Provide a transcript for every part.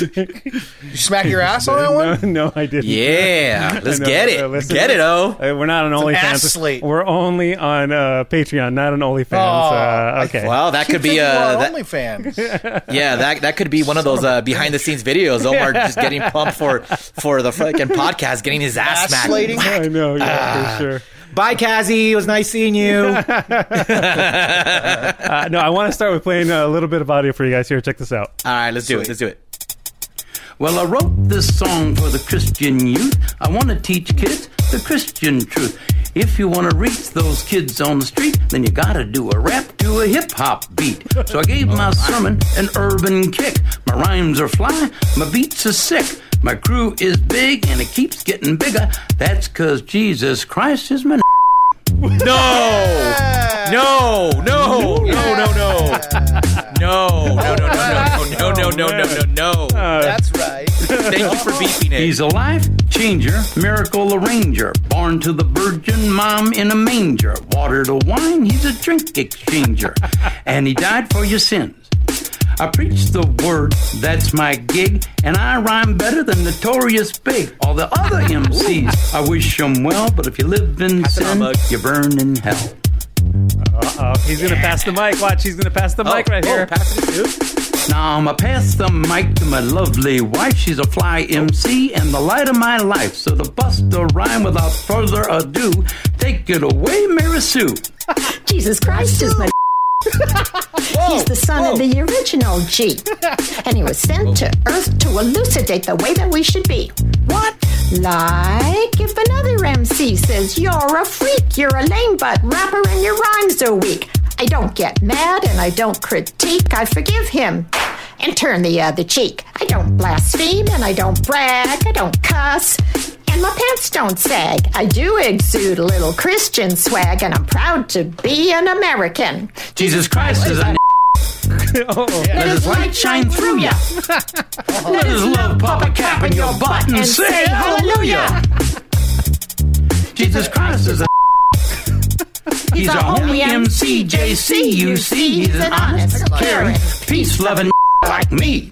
You smack your ass on that one? no, I didn't. Yeah, let's No, get no, it. listen. get it, oh. Uh, We're not on an OnlyFans. ass slate. We're only on uh, Patreon, not on OnlyFans. Oh, uh, I- okay. Wow, that could be Thinking uh, about that, OnlyFans. yeah, that that could be one of those uh, behind the scenes videos. Omar just getting pumped for for the fucking podcast, getting his ass Ass smacked. Ah. slating. Ah. I know, Oh, yeah, for sure. Bye, Cassie. It was nice seeing you. Uh, no, I want to start with playing a little bit of audio for you guys here. Check this out. All right, let's do it. Let's do it. Well, I wrote this song for the Christian youth. I want to teach kids the Christian truth. If you want to reach those kids on the street, then you got to do a rap to a hip hop beat. So I gave my sermon an urban kick. My rhymes are fly, my beats are sick. My crew is big and it keeps getting bigger. That's 'cause Jesus Christ is my. No, no, no, no, no, no, no, no, no, no, no, no, no, no, no, no, no. That's right. Thank you for beeping it. He's a life changer, miracle arranger, born to the virgin mom in a manger. Water to wine, he's a drink exchanger, and he died for your sins. I preach the word, that's my gig, and I rhyme better than Notorious Big. All the other MCs, I wish them well, but if you live in sin, mug. you burn in hell. Uh-oh, he's gonna pass the mic. Watch, he's gonna pass Oh, the mic right here. pass it to. Now I'ma pass the mic to my lovely wife. She's a fly MC and the light of my life. So to bust the rhyme without further ado, take it away, Mary Sue. Jesus Christ is my. He's the son of the original G. And he was sent to earth to elucidate the way that we should be. What? Like if another MC says, You're a freak, you're a lame butt rapper, and your rhymes are weak. I don't get mad and I don't critique. I forgive him and turn the other cheek. I don't blaspheme and I don't brag. I don't cuss. And my pants don't sag. I do exude a little Christian swag, and I'm proud to be an American. Jesus Christ is a Let his light shine through ya. Let his love pop a cap in your butt and say hallelujah. Jesus Christ is a He's a homie MC, JC, you see. He's an honest, caring, peace loving like me.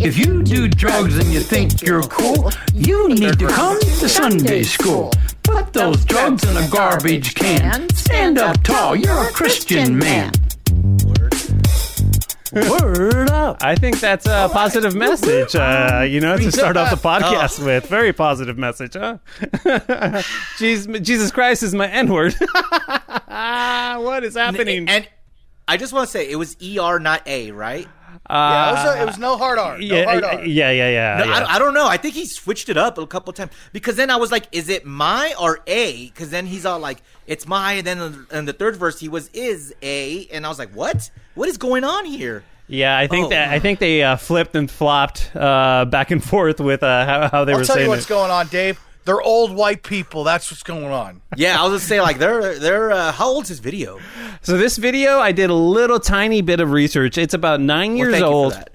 If you do drugs and you think you're cool, you need to come to Sunday school. Put those drugs in a garbage can. Stand up tall, you're a Christian man. Word Oh. up. I think that's a positive message. Uh, you know, to start off the Oh. podcast with very positive message, huh? Jesus, Jesus Christ is my N word. what is happening? And I just want to say it was ER, not A, right? Yeah, it, was a- it was no hard R. No hard yeah, R. yeah, yeah, yeah. No, yeah. I, don't- I don't know. I think he switched it up a couple times because then I was like, "Is it my or a?" Because then he's all like, "It's my." And then in the third verse, he was is a, and I was like, "What? What is going on here?" Yeah, I think Oh. that I think they uh, flipped and flopped uh, back and forth with uh, how, how they I'll were tell saying you what's it. going on, Dave. They're old white people. That's what's going on. Yeah, I was just saying like, "They're they're uh, how old's his video?" So this video, I did a little tiny bit of research. It's about nine Well, years thank you for old. that.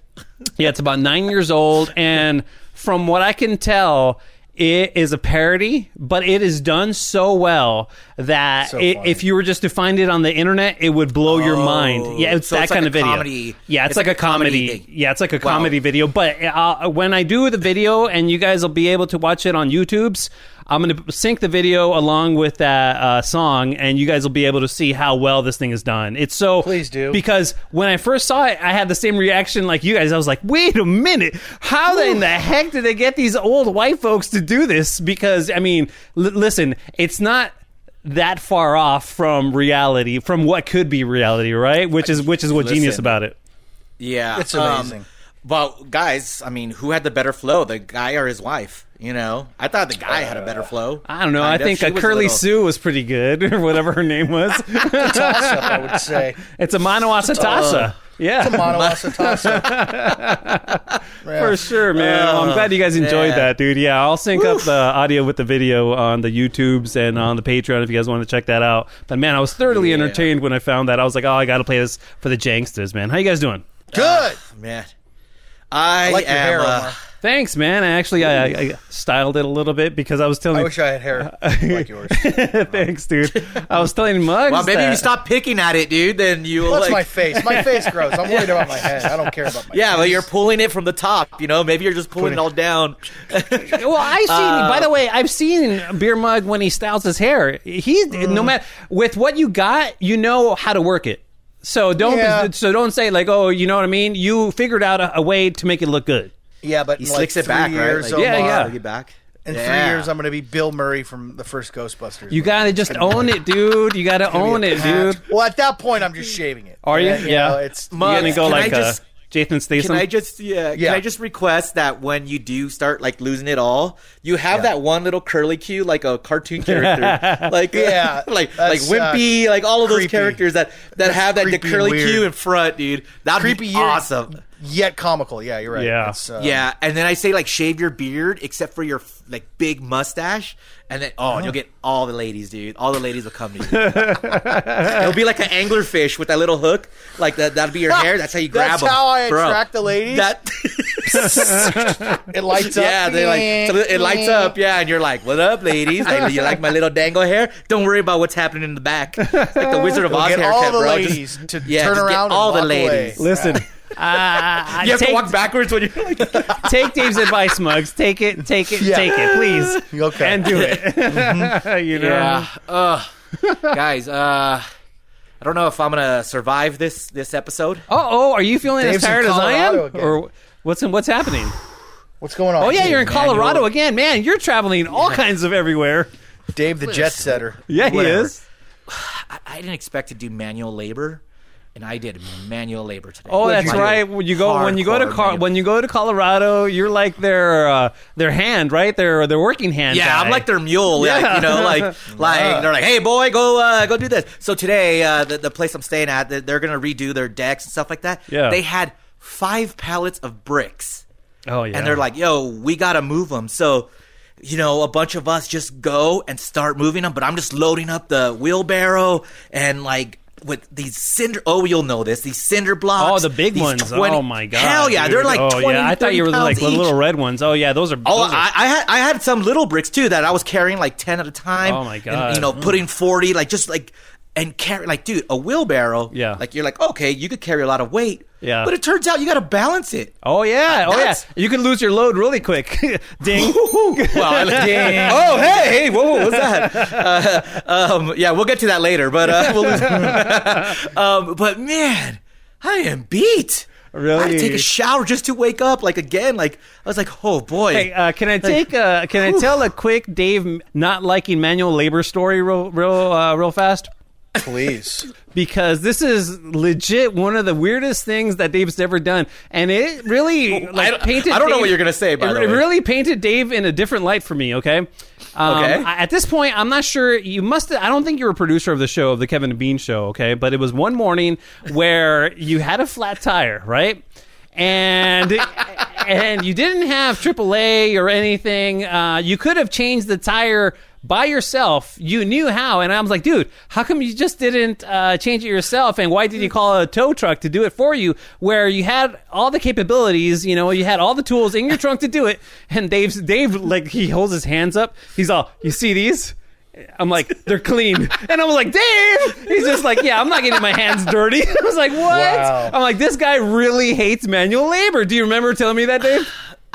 yeah, it's about nine years old, and from what I can tell, it is a parody, but it is done so well that it, funny. if you were just to find it on the internet, it would blow your mind. Yeah, it's Oh, so that it's like kind a of video. comedy- Yeah, it's, like, a comedy. thing. yeah, it's like a Wow. comedy video. But uh, when I do the video, and you guys will be able to watch it on YouTube's. I'm going to sync the video along with that uh, song, and you guys will be able to see how well this thing is done. It's so Please do. because when I first saw it, I had the same reaction like you guys. I was like, "Wait a minute! How in the heck did they get these old white folks to do this?" Because I mean, l- listen, it's not that far off from reality, from what could be reality, right? Which is which is what genius Listen. about it. Yeah, It's um, amazing. well, guys, I mean, who had the better flow, the guy or his wife? You know, I thought the guy had a better flow. I don't know. I Kinda. think She uh, was a Curly little- Sue was pretty good, or whatever her name was. Toss up, I would say. it's a Manawasatasa. Yeah, Uh, Monolasa toss up. for sure, man. Well, Oh, I'm glad you guys enjoyed yeah. that, dude. Yeah, I'll sync up the audio with the video on the YouTubes and on the Patreon if you guys want to check that out. But man, I was thoroughly Yeah. entertained when I found that. I was like, oh, I got to play this for the Janksters, man. How you guys doing? Good. Ah, Man, I, like your am. hair, uh, Omar. Thanks, man. I actually I, I I styled it a little bit because I was telling. I wish I had hair like yours. Thanks, dude. I was telling Muggs. Well, maybe that- if you stop picking at it, dude, then you'll What's like. my face? My face grows. I'm worried about my head. I don't care about my. yeah, face. well, you're pulling it from the top. You know, maybe you're just pulling it all down. Well, I've seen. Uh, by the way, I've seen Beer Mug when he styles his hair. He Mm. no matter with what you got, you know how to work it. So don't Yeah. so don't say like, oh, you know what I mean. You figured out a, a way to make it look good. yeah, but He in like slicks it three back, years, right? Like, Yeah, Omar, yeah. Slick it back. In Yeah. three years, I'm going to be Bill Murray from the first Ghostbusters. You gotta just own it, dude. You gotta own it, dude. Well, at that point, I'm just shaving it. Are you? Yeah, Yeah. know, it's You gonna Mugs, go can I like just- uh, Jason Statham? Can I just yeah, Yeah. Can I just request that when you do start like losing it all, you have that one little curly cue like a cartoon character, like Yeah, like like that's, uh, Wimpy, like all of those creepy. characters that that have that the creepy and curly weird. cue in front, dude. That'd Creepy be year- awesome. yet comical. Yeah, you're right. Yeah. It's, uh, yeah, and then I say like shave your beard except for your like big mustache, and then oh, and you'll get all the ladies, dude. All the ladies will come to you. It'll be like an anglerfish with that little hook, like that. That'll be your hair. That's how you grab That's them. how I bro. attract the ladies. That it lights up. yeah, they like so it lights up. Yeah, and you're like, "What up, ladies? Like, you like my little dangle hair? Don't worry about what's happening in the back. It's like the Wizard of Go Oz get haircut, all the bro. Just- ladies to yeah, turn just get around. all and the walk ladies. Away. Ah, Listen. Uh, I you have take, to walk backwards when you're like, take Dave's advice, Mugs. Take it, take it, Yeah. take it, please. Okay. And do it. Mm-hmm. you know? uh, guys. Uh, I don't know if I'm gonna survive this this episode. Uh oh, are you feeling Dave's as in tired as I am? Colorado again. Or what's what's happening? What's going on? Oh yeah, you're in Dave? Colorado again, man. You're traveling all kinds of everywhere. Dave the jet setter. Yeah, he Whatever. is. I, I didn't expect to do manual labor, and I did manual labor today. Oh, What'd that's you do? right. When you go when you go to Hardcore, Car- man. when you go to Colorado, you're like their uh, their hand, right? Their their working hand. Yeah, guy. I'm like their mule. Yeah. Yeah. you know, like like they're like, hey boy, go uh, go do this. So today, uh, the, the place I'm staying at, they're, they're gonna redo their decks and stuff like that. Yeah. they had five pallets of bricks, Oh yeah. and they're like, yo, we gotta move them. So. You know, a bunch of us just go and start moving them, but I'm just loading up the wheelbarrow and like with these cinder. Oh, you'll know this. These cinder blocks. Oh, the big these ones! 20 oh my god! Hell yeah, dude. they're like Oh 20, yeah, I thought 30 you were like the pounds little each. red ones. Oh yeah, those are. Oh, those are- I, I had I had some little bricks too that I was carrying like ten at a time. Oh, my and, God. you know, putting forty, like just like and carry like, dude, a wheelbarrow. Yeah. like you're like, okay, you could carry a lot of weight. Yeah. but it turns out you got to balance it. oh yeah, oh yeah. That's- You can lose your load really quick. Ding. Well, I- oh hey, hey, whoa, whoa, what's that? Uh, um, yeah, we'll get to that later, but uh, we'll lose. um, but man, I am beat. I had to Really? take a shower just to wake up. Like again, like I was like, oh boy. Hey, uh, can I take? Uh, can I tell a quick Dave not liking manual labor story real, real, uh, real fast? Please. Because this is legit one of the weirdest things that Dave's ever done, and it really Well, I like, don't- painted. I don't know Dave- what you're gonna say, by it, the it way. really painted Dave in a different light for me. Okay. Um, Okay. I- at this point, I'm not sure. You must. I don't think you were a producer of the show of the Kevin and Bean show. Okay, but it was one morning where you had a flat tire, right? And and you didn't have AAA or anything. Uh, you could have changed the tire by yourself. You knew how, and I was like, dude, how come you just didn't uh, change it yourself? And why did you call a tow truck to do it for you, where you had all the capabilities? You know, you had all the tools in your trunk to do it. And Dave's Dave, like, he holds his hands up. He's all, you see these? I'm like, they're clean. And I'm like, Dave! He's just like, yeah, I'm not getting my hands dirty. I was like, what? Wow. I'm like, this guy really hates manual labor. Do you remember telling me that, Dave?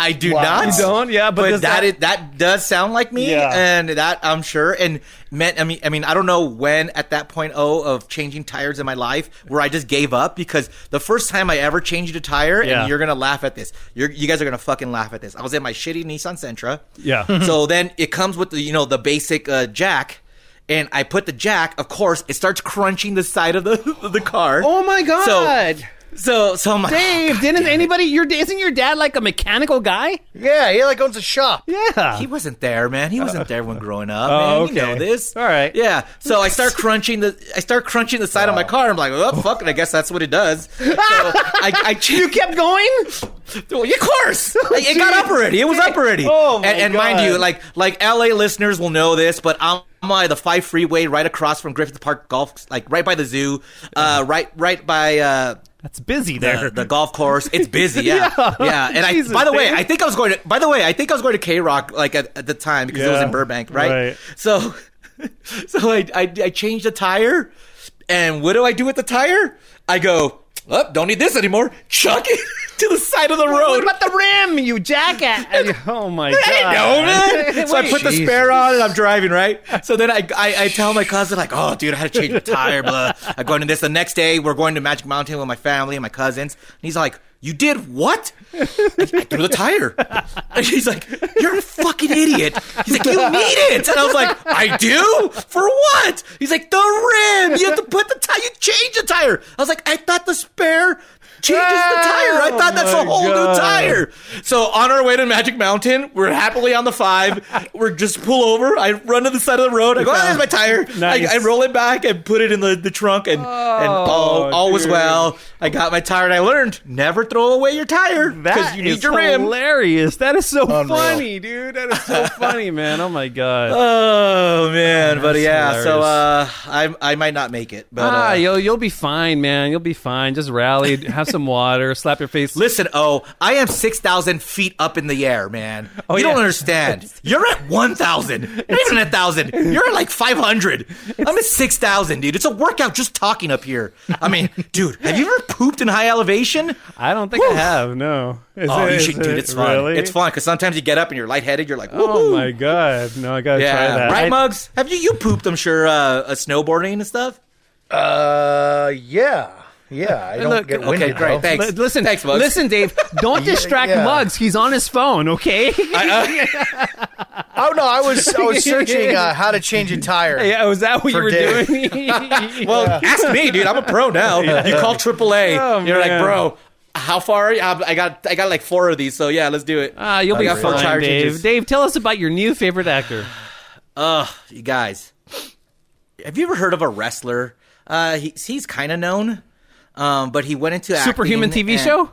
I do Wow. not. You don't? Yeah, but but does that that- is, that does sound like me, Yeah. and that I'm sure. And meant I mean I mean I don't know when at that point oh of changing tires in my life where I just gave up because the first time I ever changed a tire Yeah. and you're gonna laugh at this. You're, you guys are gonna fucking laugh at this. I was in my shitty Nissan Sentra. Yeah. so then it comes with the you know the basic uh, jack. And I put the jack. Of course, it starts crunching the side of the of the car. Oh my God. So, so, so my Dave, didn't anybody? Your isn't your dad like a mechanical guy? Yeah, he like owns a shop. Yeah. He wasn't there, man. He wasn't there when growing up. Oh, man. You know okay. this. All right. Yeah. So I start crunching the I start crunching the side of my car. I'm like, oh fuck it. I guess that's what it does. So I, I you kept going. well, of course. Like, it got up already. It was up already. Oh, my and, and mind God. you, like like LA listeners will know this, but I'm by the five freeway right across from Griffith Park Golf, like right by the zoo, uh, right right by uh, That's busy the, there. the golf course. It's busy, yeah, Yeah. yeah. And I, Jesus, by the way, dude. I think I was going to. By the way, I think I was going to K Rock like at, at the time because it was Yeah. in Burbank, right? Right. So, so I, I I changed the tire, and what do I do with the tire? I go, oh, don't need this anymore. Chuck it to the side of the what road. about the rim, you jackass? oh my god! I know, man. so I put the Jesus. spare on and I'm driving, right? So then I, I, I tell my cousin, like, oh, dude, I had to change my tire, blah. I'm going to this. The next day, we're going to Magic Mountain with my family and my cousins. And he's like, you did what? I, I threw the tire. And he's like, you're a fucking idiot. He's like, you need it. And I was like, I do? For what? He's like, the rim. You have to put the tire. You change the tire. I was like, I thought the spare changes the tire. I thought that's Oh a my whole God. new tire. So on our way to Magic Mountain, we're happily on the five. We're just pull over. I run to the side of the road. I go, oh, there's my tire. Nice. Oh, I, I roll it back and put it in the, the trunk, and, and all, all was dude. well. I got my tire, and I learned never throw away your tire because That you need is your rim. hilarious. That is so Unreal. funny, dude. That is so funny, man. Oh my god. Oh man, but That's yeah. So hilarious. uh, I I might not make it, but ah, uh, you'll you'll be fine, man. You'll be fine. Just rally, have some water, slap your face. Listen, oh, I am 6,000 feet up in the air, man. you Oh, yeah. don't understand. You're at 1,000. Not even 1,000. You're at like 500. I'm at 6,000, dude. It's a workout just talking up here. I mean, dude, have you ever pooped in high elevation? I don't think I have. No. Is Oh, it- you is should, dude. it It's fun. really? It's fun because sometimes you get up and you're lightheaded. You're like, woohoo. Oh my god. No, I gotta try Yeah. that. Right, I- Mugs? Have you, you pooped, I'm sure, uh, uh, snowboarding and stuff? Uh, yeah, yeah. I don't look, get okay, winded. Okay, great. though. Thanks. Li- Listen, Thanks, Mugs. listen, Dave. Don't distract yeah. Mugs. He's on his phone. Okay. uh, Oh no, I was I was searching uh, how to change a tire. yeah. Was oh, that what For you were Dave. doing? Well, ask me, dude. I'm a pro now. You call AAA. Oh, you're man. like, bro, how far? I I got, I got like four of these. So yeah, let's do it. Ah, you'll I be got four fine, tire Dave. changes. Dave, tell us about your new favorite actor. Ugh, you guys. Have you ever heard of a wrestler? Uh, he, he's kind of known, um, but he went into acting Superhuman TV and- show.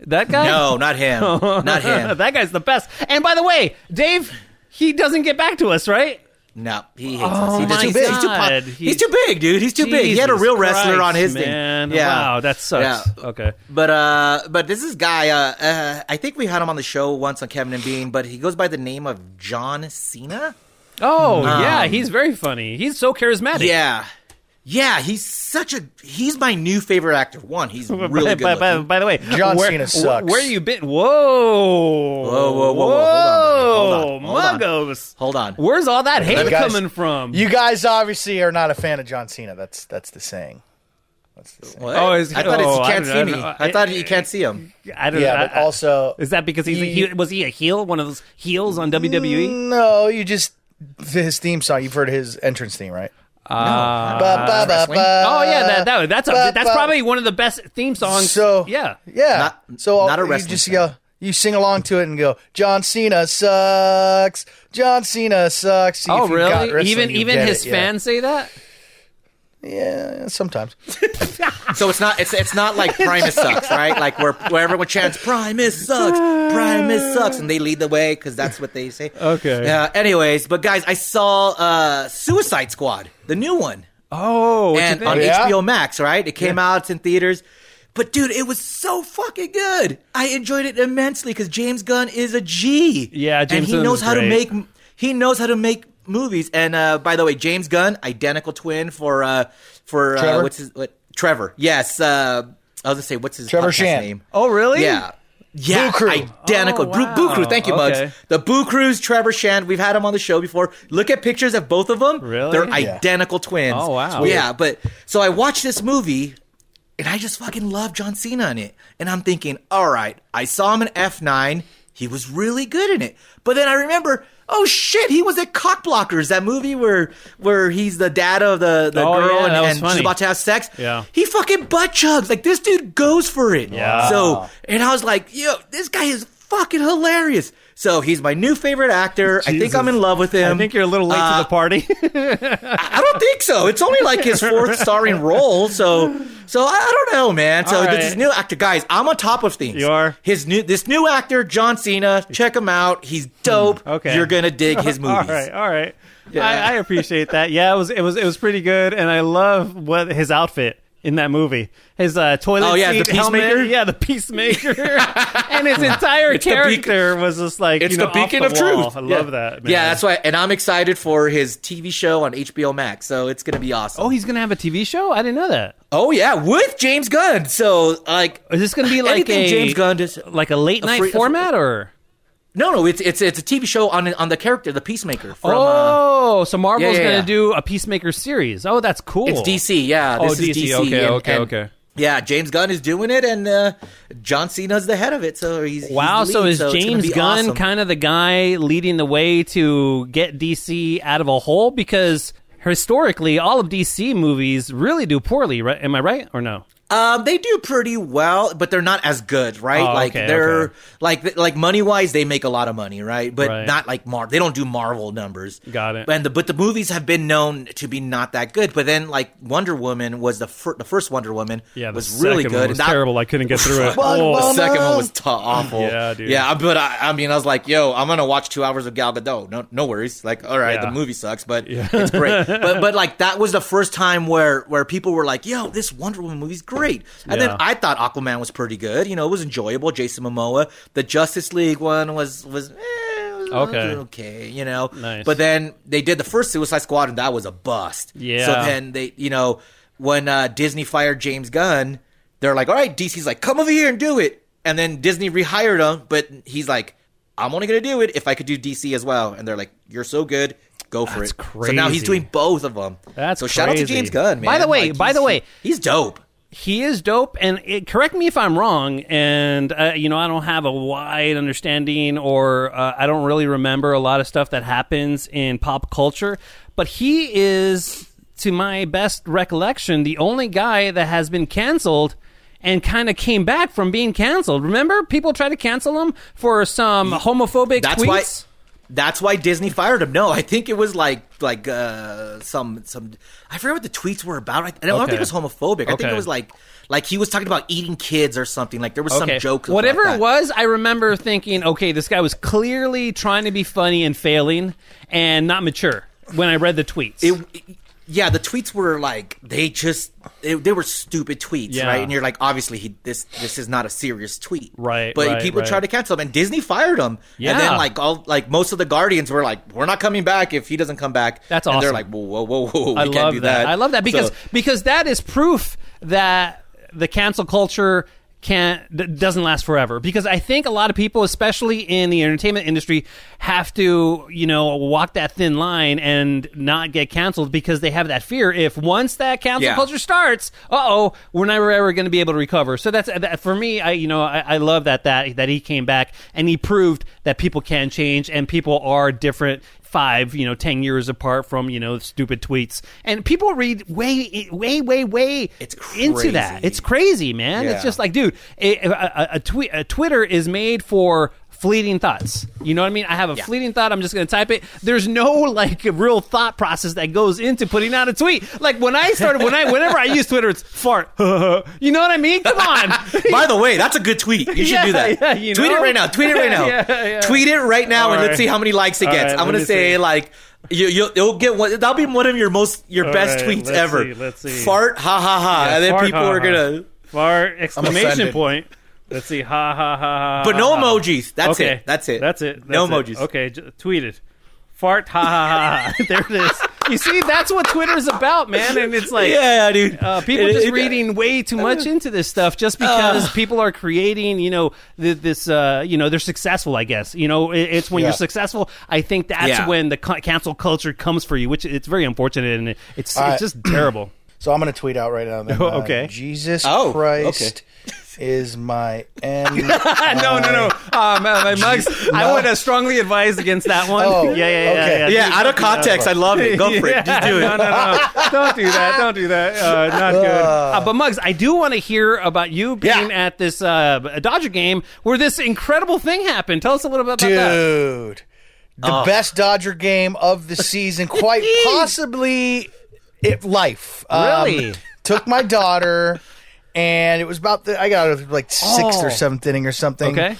That guy. No, not him. Not him. that guy's the best. And by the way, Dave, he doesn't get back to us, right? No, he hates Oh us. He's my too big. He's too, God. pop- He- he's too big, dude. He's too big. He had a Jesus real wrestler on Christ, his man. thing. Yeah. Wow, that sucks. Yeah. Okay. But uh, but this is guy. Uh, uh, I think we had him on the show once on Kevin and Bean, but he goes by the name of John Cena. Oh yeah, he's very funny. He's so charismatic. Um, Yeah, yeah, he's such a. He's my new favorite actor. One, he's By- really good. by, by- looking. by the way, John where, Cena sucks. Where you been? Whoa, Whoa, whoa, whoa, whoa. Hold on, Whoa, hold on, hold on. muggos. Hold on. Where's all that hate You guys- coming from? You guys obviously are not a fan of John Cena. That's that's the saying. That's the saying. What? Oh, is- I thought it's, oh, you I can't don't see know. me. I- I thought you can't see him. I don't Yeah, know. but I- I- also is that because he's a, he, he- Mm. was he a heel? One of those heels on E? WWE? No, you just his theme song. You've heard his entrance theme, right? Uh, Ba, ba, ba, ba. oh yeah, that, that that's a, Oh. Ba, that's ba. probably one of the best theme songs. So yeah, yeah. Not- so not a you wrestling just fan. go. You sing along to it and go. John Cena sucks. John Cena sucks. See if Oh you've got really? wrestling, Even you even get his it, yeah. fans say that. Yeah, sometimes. So it's not it's it's not like Primus sucks, right? Like where where everyone chants Primus sucks, Primus sucks, and they lead the way because that's what they say. Okay. Yeah. Anyways, but guys, I saw uh, Suicide Squad, the new one, Oh, what and on Yeah. HBO Max, right? It came out it's in theaters. But dude, it was so fucking good. I enjoyed it immensely because James Gunn is a G. Yeah, James and he Gunn knows is how great. to make he knows how to make movies. And uh, by the way, James Gunn, identical twin for uh, for Trevor? Uh, what's his what Trevor? Yes, uh, I was gonna say what's his Trevor podcast Shan. name? oh really? Yeah. Yeah, Boo Crew. identical. Oh, Boo- wow. Boo Crew, thank you, Bugs. Okay. The Boo Crew's Trevor Shand. We've had him on the show before. Look at pictures of both of them. Really? They're Yeah. identical twins. Oh, wow. It's weird. Yeah, but so I watched this movie and I just fucking love John Cena in it. And I'm thinking, all right, I saw him in F9. He was really good in it. But then I remember, oh shit, he was at Cockblockers, that movie where where he's the dad of the, the Oh, girl yeah, and, that was and she's funny. about to have sex. Yeah. He fucking butt chugs. Like this dude goes for it. Yeah. So and I was like, yo, this guy is fucking hilarious. So he's my new favorite actor. I think Jesus. I'm in love with him. I think you're a little late to Uh, the party. I don't think so. It's only like his fourth starring role, so so I, I don't know, man. So All right. this new actor, guys, I'm on top of things. You are? his new this new actor, John Cena. Check him out. He's dope. okay. you're gonna dig his all movies. right, all right. I, I appreciate that. Yeah, it was it was it was pretty good, and I love what his outfit. in that movie. His uh, toilet Oh, yeah, seat the helmet. Peacemaker? Yeah, the peacemaker, and his entire the beacon- character was just like It's you know, the beacon off of the wall. truth. I Yeah. love that. Man. Yeah, that's why, and I'm excited for his TV show on HBO Max. So it's gonna be awesome. Oh, he's gonna have a TV show. I didn't know that. Oh yeah, with James Gunn. So like, Is this gonna be like Anything a James Gunn does- like a late night free- a free- format or? no, no, it's it's it's a TV show on on the character, the Peacemaker. From, uh, oh, so Marvel's yeah, yeah, gonna yeah. do a Peacemaker series. Oh, that's cool. it's DC. Yeah, Oh, this is DC, DC. okay, and- okay, and- okay. Yeah, James Gunn is doing it, and uh, John Cena's the head of it. So he's he's Wow, the so lead, is it's gonna James be Gunn awesome. kind of the guy leading the way to get DC out of a hole? Because historically, all of DC movies really do poorly, right? Am I right or no? Um, they do pretty well, but they're not as good, right? Oh, like okay, they're okay. like like money wise, they make a lot of money, right? But Right. not like Mar. They don't do Marvel numbers. Got it. And the but the movies have been known to be not that good. But then like Wonder Woman was the fir- the first Wonder Woman. was really good. and that- I couldn't get through it. Wonder Oh. Oh, The Woman. second one was t- awful. Yeah, dude. Yeah, but I, I mean, I was like, "Yo, I'm gonna watch two hours of Gal Gadot. No, no worries. Like, all right, Yeah. the movie sucks, but it's great. But, but like, that was the first time where where people were like, "Yo, this Wonder Woman movie's great." And Yeah. then I thought Aquaman was pretty good. You know, it was enjoyable. Jason Momoa. The Justice League one was was. eh, it was Okay. Okay. You know. Nice. But then they did the first Suicide Squad, and that was a bust. Yeah. So then they, you know, when uh, Disney fired James Gunn, they're like, all right, DC's like, come over here and do it. And then Disney rehired him, but he's like, I'm only going to do it if I could do DC as well. And they're like, you're so good. Go for That's it. So now crazy. he's doing both of them. That's so shout out to crazy. James Gunn, man. By the way, Like, by the he's- way. he's dope. he is dope and it, correct me if i'm wrong and uh, you know i don't have a wide understanding or uh, i don't really remember a lot of stuff that happens in pop culture but he is to my best recollection the only guy that has been canceled and kind of came back from being canceled remember people tried to cancel him for some homophobic That's tweets why. That's why Disney fired him. No, I think it was like like uh, some some. I forget what the tweets were about. I, I don't Okay. think it was homophobic. I think Okay. it was like like he was talking about eating kids or something. Like there was some joke. about Whatever that. it was, I remember thinking, okay, this guy was clearly trying to be funny and failing and not mature when I read the tweets. It, yeah, the tweets were like they just they, they were stupid tweets, Yeah. right? And you're like, obviously, he, this this is not a serious tweet, Right, But right, people right. tried to cancel him, and Disney fired him. And Yeah. then like all like most of the Guardians were like, we're not coming back if he doesn't come back. That's And they're awesome. like, whoa, whoa, whoa, whoa, oh, we I can't love do that. that. I love that because So- because that is proof that the cancel culture can't d- doesn't last forever because i think a lot of people especially in the entertainment industry have to you know walk that thin line and not get canceled because they have that fear if once that cancel Yeah. culture starts uh-oh we're never ever going to be able to recover so that's that, for me i you know I, I love that that that he came back and he proved that people can change and people are different five, you know, ten years apart from you know stupid tweets, and people read way, way, way, way It's into that. crazy. It's crazy, man. It's Yeah. just like, dude, a, a, uh, a- a tweet, a Twitter is made for fleeting thoughts. You know what I mean? I have a fleeting thought. I'm just going to type it. There's no like real thought process that goes into putting out a tweet. Like when I started, when I, whenever I use Twitter, it's fart. you know what I mean? Come on. By the way, that's a good tweet. You should Yeah, do that. yeah, you tweet know? it right now. Tweet it right now. Yeah, yeah. Tweet it right now, All and right. let's see how many likes it All right, gets. I'm let gonna me say see. like you, you'll, you'll get one. That'll be one of your most your best right, tweets let's ever. see, let's see. Fart, ha ha ha, and then fart, people ha, are ha. gonna. Fart! offended. point. Let's see. Ha ha ha ha. But no ha, ha. emojis. That's okay. it. That's it. That's it. no That's emojis. it. Okay, j- tweet it. Fart. Ha ha ha. ha. there it is. You see, that's what Twitter's about, man. And it's like, Yeah, dude. uh, people It- just it- Uh. reading way too much into this stuff just because people are creating, you know, th- this, uh, you know, they're successful, I guess. You know, it, it's when you're Yeah. successful. I think that's Yeah. when the c- cancel culture comes for you, which it's very unfortunate and it, it's, All it's right. just terrible. So I'm going to tweet out right now. Then, uh, Okay. Jesus Oh, okay. Christ is my end. no, no, no. Ah, Uh, my, my mugs. I No. would uh, strongly advise against that one. Oh, yeah, yeah, yeah, okay. yeah. Yeah, out of context, I love it. Go for it. Just do No, it. no, no. Don't do that. Don't do that. Uh, not good. Uh, but Muggs, I do want to hear about you being Yeah. at this uh, Dodger game where this incredible thing happened. Tell us a little bit about that. Oh. Dude, the best Dodger game of the season, quite possibly if life. Um, Really? took my daughter, and it was about the, I got out of like sixth Oh. or seventh inning or something. Okay.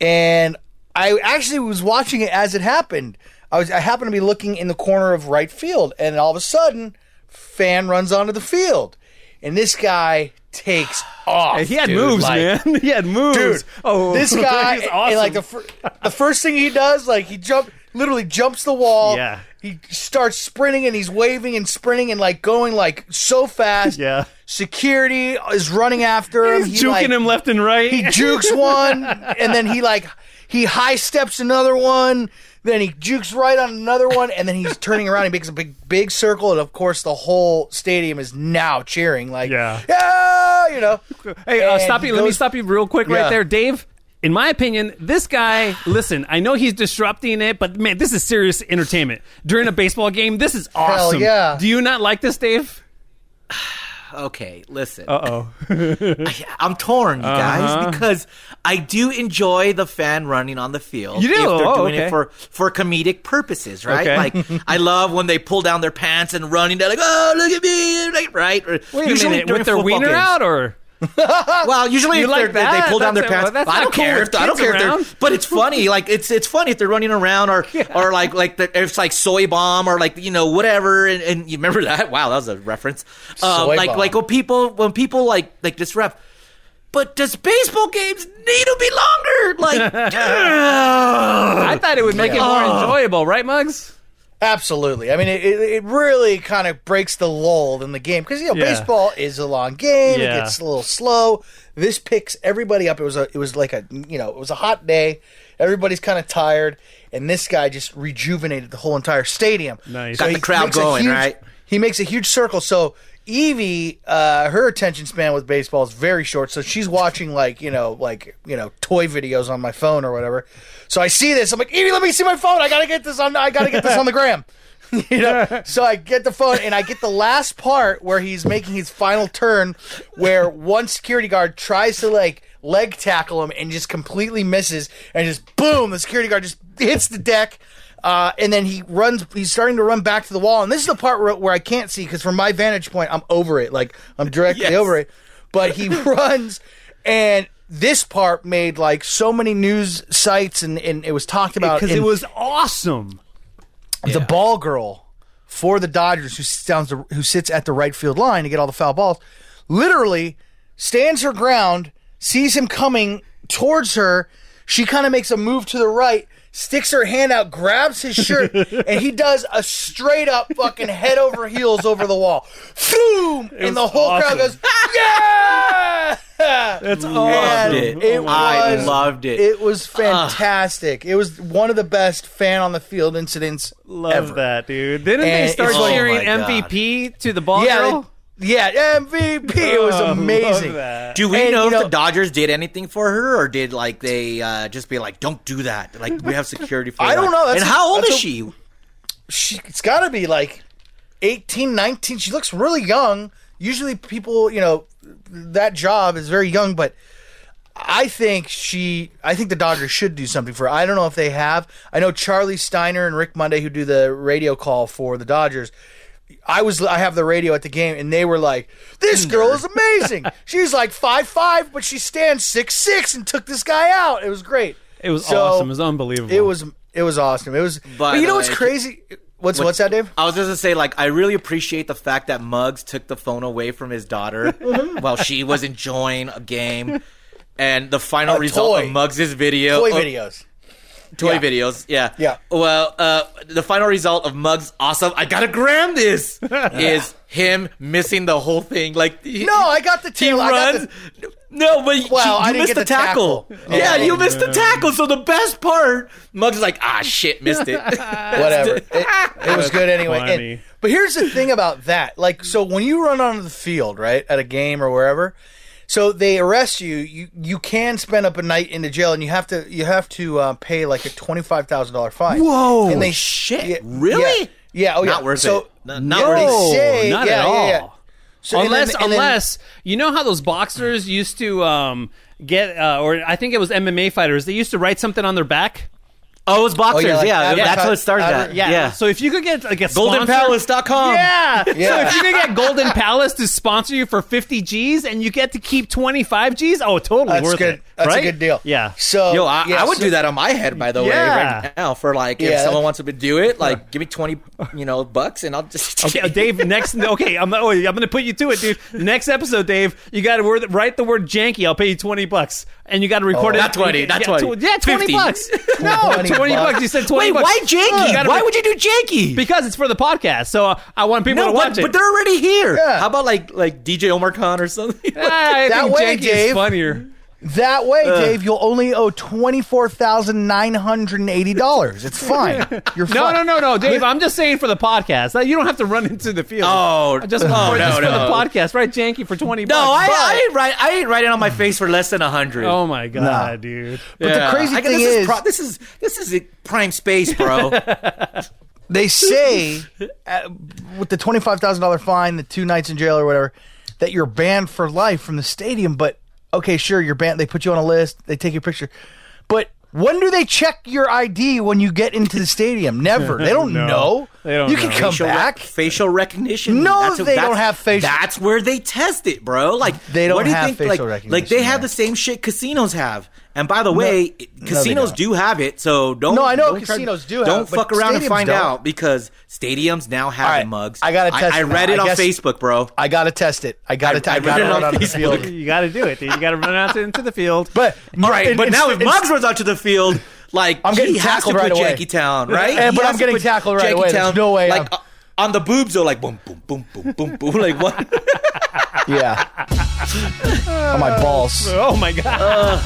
and I actually was watching it as it happened. I was I happened to be looking in the corner of right field, and all of a sudden, fan runs onto the field, and this guy takes off. He had dude. moves, Like, man. He had moves. Dude, oh, this guy, he's and, like the fir- the first thing he does, like he jump, literally jumps the wall. Yeah. he starts sprinting and he's waving and sprinting and like going like so fast. Yeah. security is running after him. He's He, juking like, him left and right. he jukes one and then he like he high steps another one then he jukes right on another one and then he's turning around he makes a big big circle and of course the whole stadium is now cheering like Yeah. Oh, yeah you know Hey, uh, And stop you. he Let me goes- stop you real quick right Yeah. there, Dave. In my opinion, this guy, listen, I know he's disrupting it, but man, this is serious entertainment. During a baseball game, this is awesome. yeah. Do you not like this, Dave? Okay, listen. Oh. I'm torn, you Uh-huh. guys, because I do enjoy the fan running on the field. You do? If they're Oh, doing okay. it for, for comedic purposes, right? Okay. Like, I love when they pull down their pants and running. They're like, oh, look at me, like, right? Or Wait a minute, during with their football wiener games. out or Well, usually You if like they're- they, that? they pull down their That's a- pants. that's I not don't care cool if with I don't kids care around. if they're. But it's funny. Like it's it's funny if they're running around or or like like the, if it's like soy bomb or like you know whatever. And, and you remember that? Wow, that was a reference. Uh, Soy like bomb. like when people when people like like disrupt. But does baseball games need to be longer? Like, I thought it would make it more enjoyable, right, Muggs? absolutely i mean it, it it really kind of breaks the lull in the game because you know Yeah. baseball is a long game Yeah. it gets a little slow this picks everybody up it was a it was like a you know it was a hot day everybody's kind of tired and this guy just rejuvenated the whole entire stadium Nice. So Got he the crowd makes a going, huge- right? He makes a huge circle. So Evie, uh, her attention span with baseball is very short. So she's watching like you know, like you know, toy videos on my phone or whatever. So I see this. I'm like, Evie, let me see my phone. I gotta get this on. I gotta get this on the gram. you know. So I get the phone and I get the last part where he's making his final turn, where one security guard tries to like leg tackle him and just completely misses and just boom, the security guard just hits the deck. Uh, and then he runs. He's starting to run back to the wall, and this is the part where, where I can't see because from my vantage point, I'm over it. Like I'm directly Yes. over it. But he runs, and this part made like so many news sites, and, and it was talked about Because it and was awesome. the ball girl for the Dodgers, who stands the, who sits at the right field line to get all the foul balls, literally stands her ground, sees him coming towards her. She kind of makes a move to the right, sticks her hand out, grabs his shirt, and he does a straight up fucking head over heels over the wall. Boom! And the was whole awesome. crowd goes, yeah! That's And awesome. it. I was, loved it. It was Ah. fantastic. It was one of the best fan on the field incidents Love ever. that, dude. Didn't And they start it's like- cheering Oh my God. MVP to the ball yeah, girl? they- yeah, MVP. It was Oh, I love amazing. that. do we And, know you if know- the Dodgers did anything for her, or did like they uh, just be like, "Don't do that"? Like we have security for. I that. don't know. That's and a- how old that's is a- she? She, it's got to be like 18, 19. She looks really young. Usually, people, you know, that job is very young, but I think she, I think the Dodgers should do something for her. I don't know if they have. I know Charlie Steiner and Rick Monday, who do the radio call for the Dodgers. I was I have the radio at the game and they were like, This girl is amazing. She's like five five, but she stands six six and took this guy out. It was great. It was So, awesome. It was unbelievable. It was it was awesome. It was. but you the know what's way, crazy? What's what's that, Dave? I was just gonna say, like, I really appreciate the fact that Muggs took the phone away from his daughter Mm-hmm. while she was enjoying a game, and the final A result toy. of Muggs's video, Toy oh, videos. toy yeah. videos, yeah, Yeah. Well, uh, the final result of Muggs' awesome, I gotta gram this, is him missing the whole thing. Like, he, No, I got the he tail. I got runs. the- No, but Well, she- you I didn't missed get the, the tackle. tackle. Yeah, Oh, you missed the tackle. So the best part, Muggs is like, ah, shit, missed it. whatever. It, it was good anyway. And- funny. but here's the thing about that: like, so when you run onto the field, right, at a game or wherever, so they arrest you. You you can spend up a night in the jail, and you have to you have to uh, pay like a twenty five thousand dollar fine. Whoa, And they shit. yeah, Really? Yeah. Yeah, oh yeah. Not worth so, it. Not- not yeah, worth they it. say- not yeah, at yeah, all. yeah. So, and then- unless, and then- unless you know how those boxers used to um, get, uh, or I think it was MMA fighters. They used to write something on their back. Oh, it was boxers. like yeah, adverti- that's what it started adver- at. Yeah. So if you could get like a sponsor- GoldenPalace.com. Yeah. So Yeah. if you could get Golden Palace to sponsor you for 50 G's and you get to keep 25 G's, oh, totally That's worth good. it. That's right? a good deal. Yeah. So Yo, I, yeah, I would so- do that on my head, by the Yeah. way, right now. For like, if Yeah. someone wants to do it, like, give me twenty, you know, bucks, and I'll just. Okay, Dave. Next, okay, I'm oh, I'm gonna put you to it, dude. Next episode, Dave, you got to write the word "janky." I'll pay you twenty bucks, and you got to record it. Oh, Not 20, not yeah, 20. tw- Yeah, twenty 50. bucks. No, 20 twenty bucks. bucks. You said twenty. Wait, bucks. why janky? You gotta why put- would you do janky? Because it's for the podcast, so uh, I want people no, to watch but, but it. they're already here. Yeah. How about like like DJ Omar Khan or something? Ah, I That think way, janky is Dave. funnier. That way, Dave, you'll only owe twenty four thousand nine hundred and eighty dollars. It's fine. You're No, fine. no, no, no, Dave. I'm just saying for the podcast. Like, You don't have to run into the field. Oh, I just, oh, for, just no, for no. the podcast, right? Janky for twenty. No, I, bucks. I ain't write. I ain't writing on my face for less than a hundred. Oh my god, dude. But the crazy I guess thing this is, pro- this is this is a prime space, bro. they say uh, with the twenty five thousand dollar fine, the two nights in jail or whatever, that you're banned for life from the stadium. But okay, sure, you're banned. They put you on a list. They take your picture. But when do they check your ID when you get into the stadium? Never. They don't know. They don't you can know. come facial, back. rec- facial recognition. No, that's they don't have facial- That's where they test it, bro. Like They don't what do you have think, facial like, Like recognition they have there. the same shit casinos have. And by the way, it- casinos don't. do have it, so don't. No, I know don't try- casinos do have Don't it, but fuck around and stadiums find don't. out because stadiums now have All it, right, mugs. I gotta test I, it now. read it I on guess- Facebook, bro. I gotta test it. I gotta. I- I, I gotta read it run on out on the Facebook. field. You got to do it, dude. You got to run out into the field. But All right, in- but in- now if in- Muggs runs out to the field, like I'm getting he has to tackled put right away. Janky Town, right? Yeah, He but has I'm to getting put tackled right Janky away. There's no way Like I'm- uh, on the boobs, though, like boom, boom, boom, boom, boom, boom, like what? Yeah. on my balls. oh my god.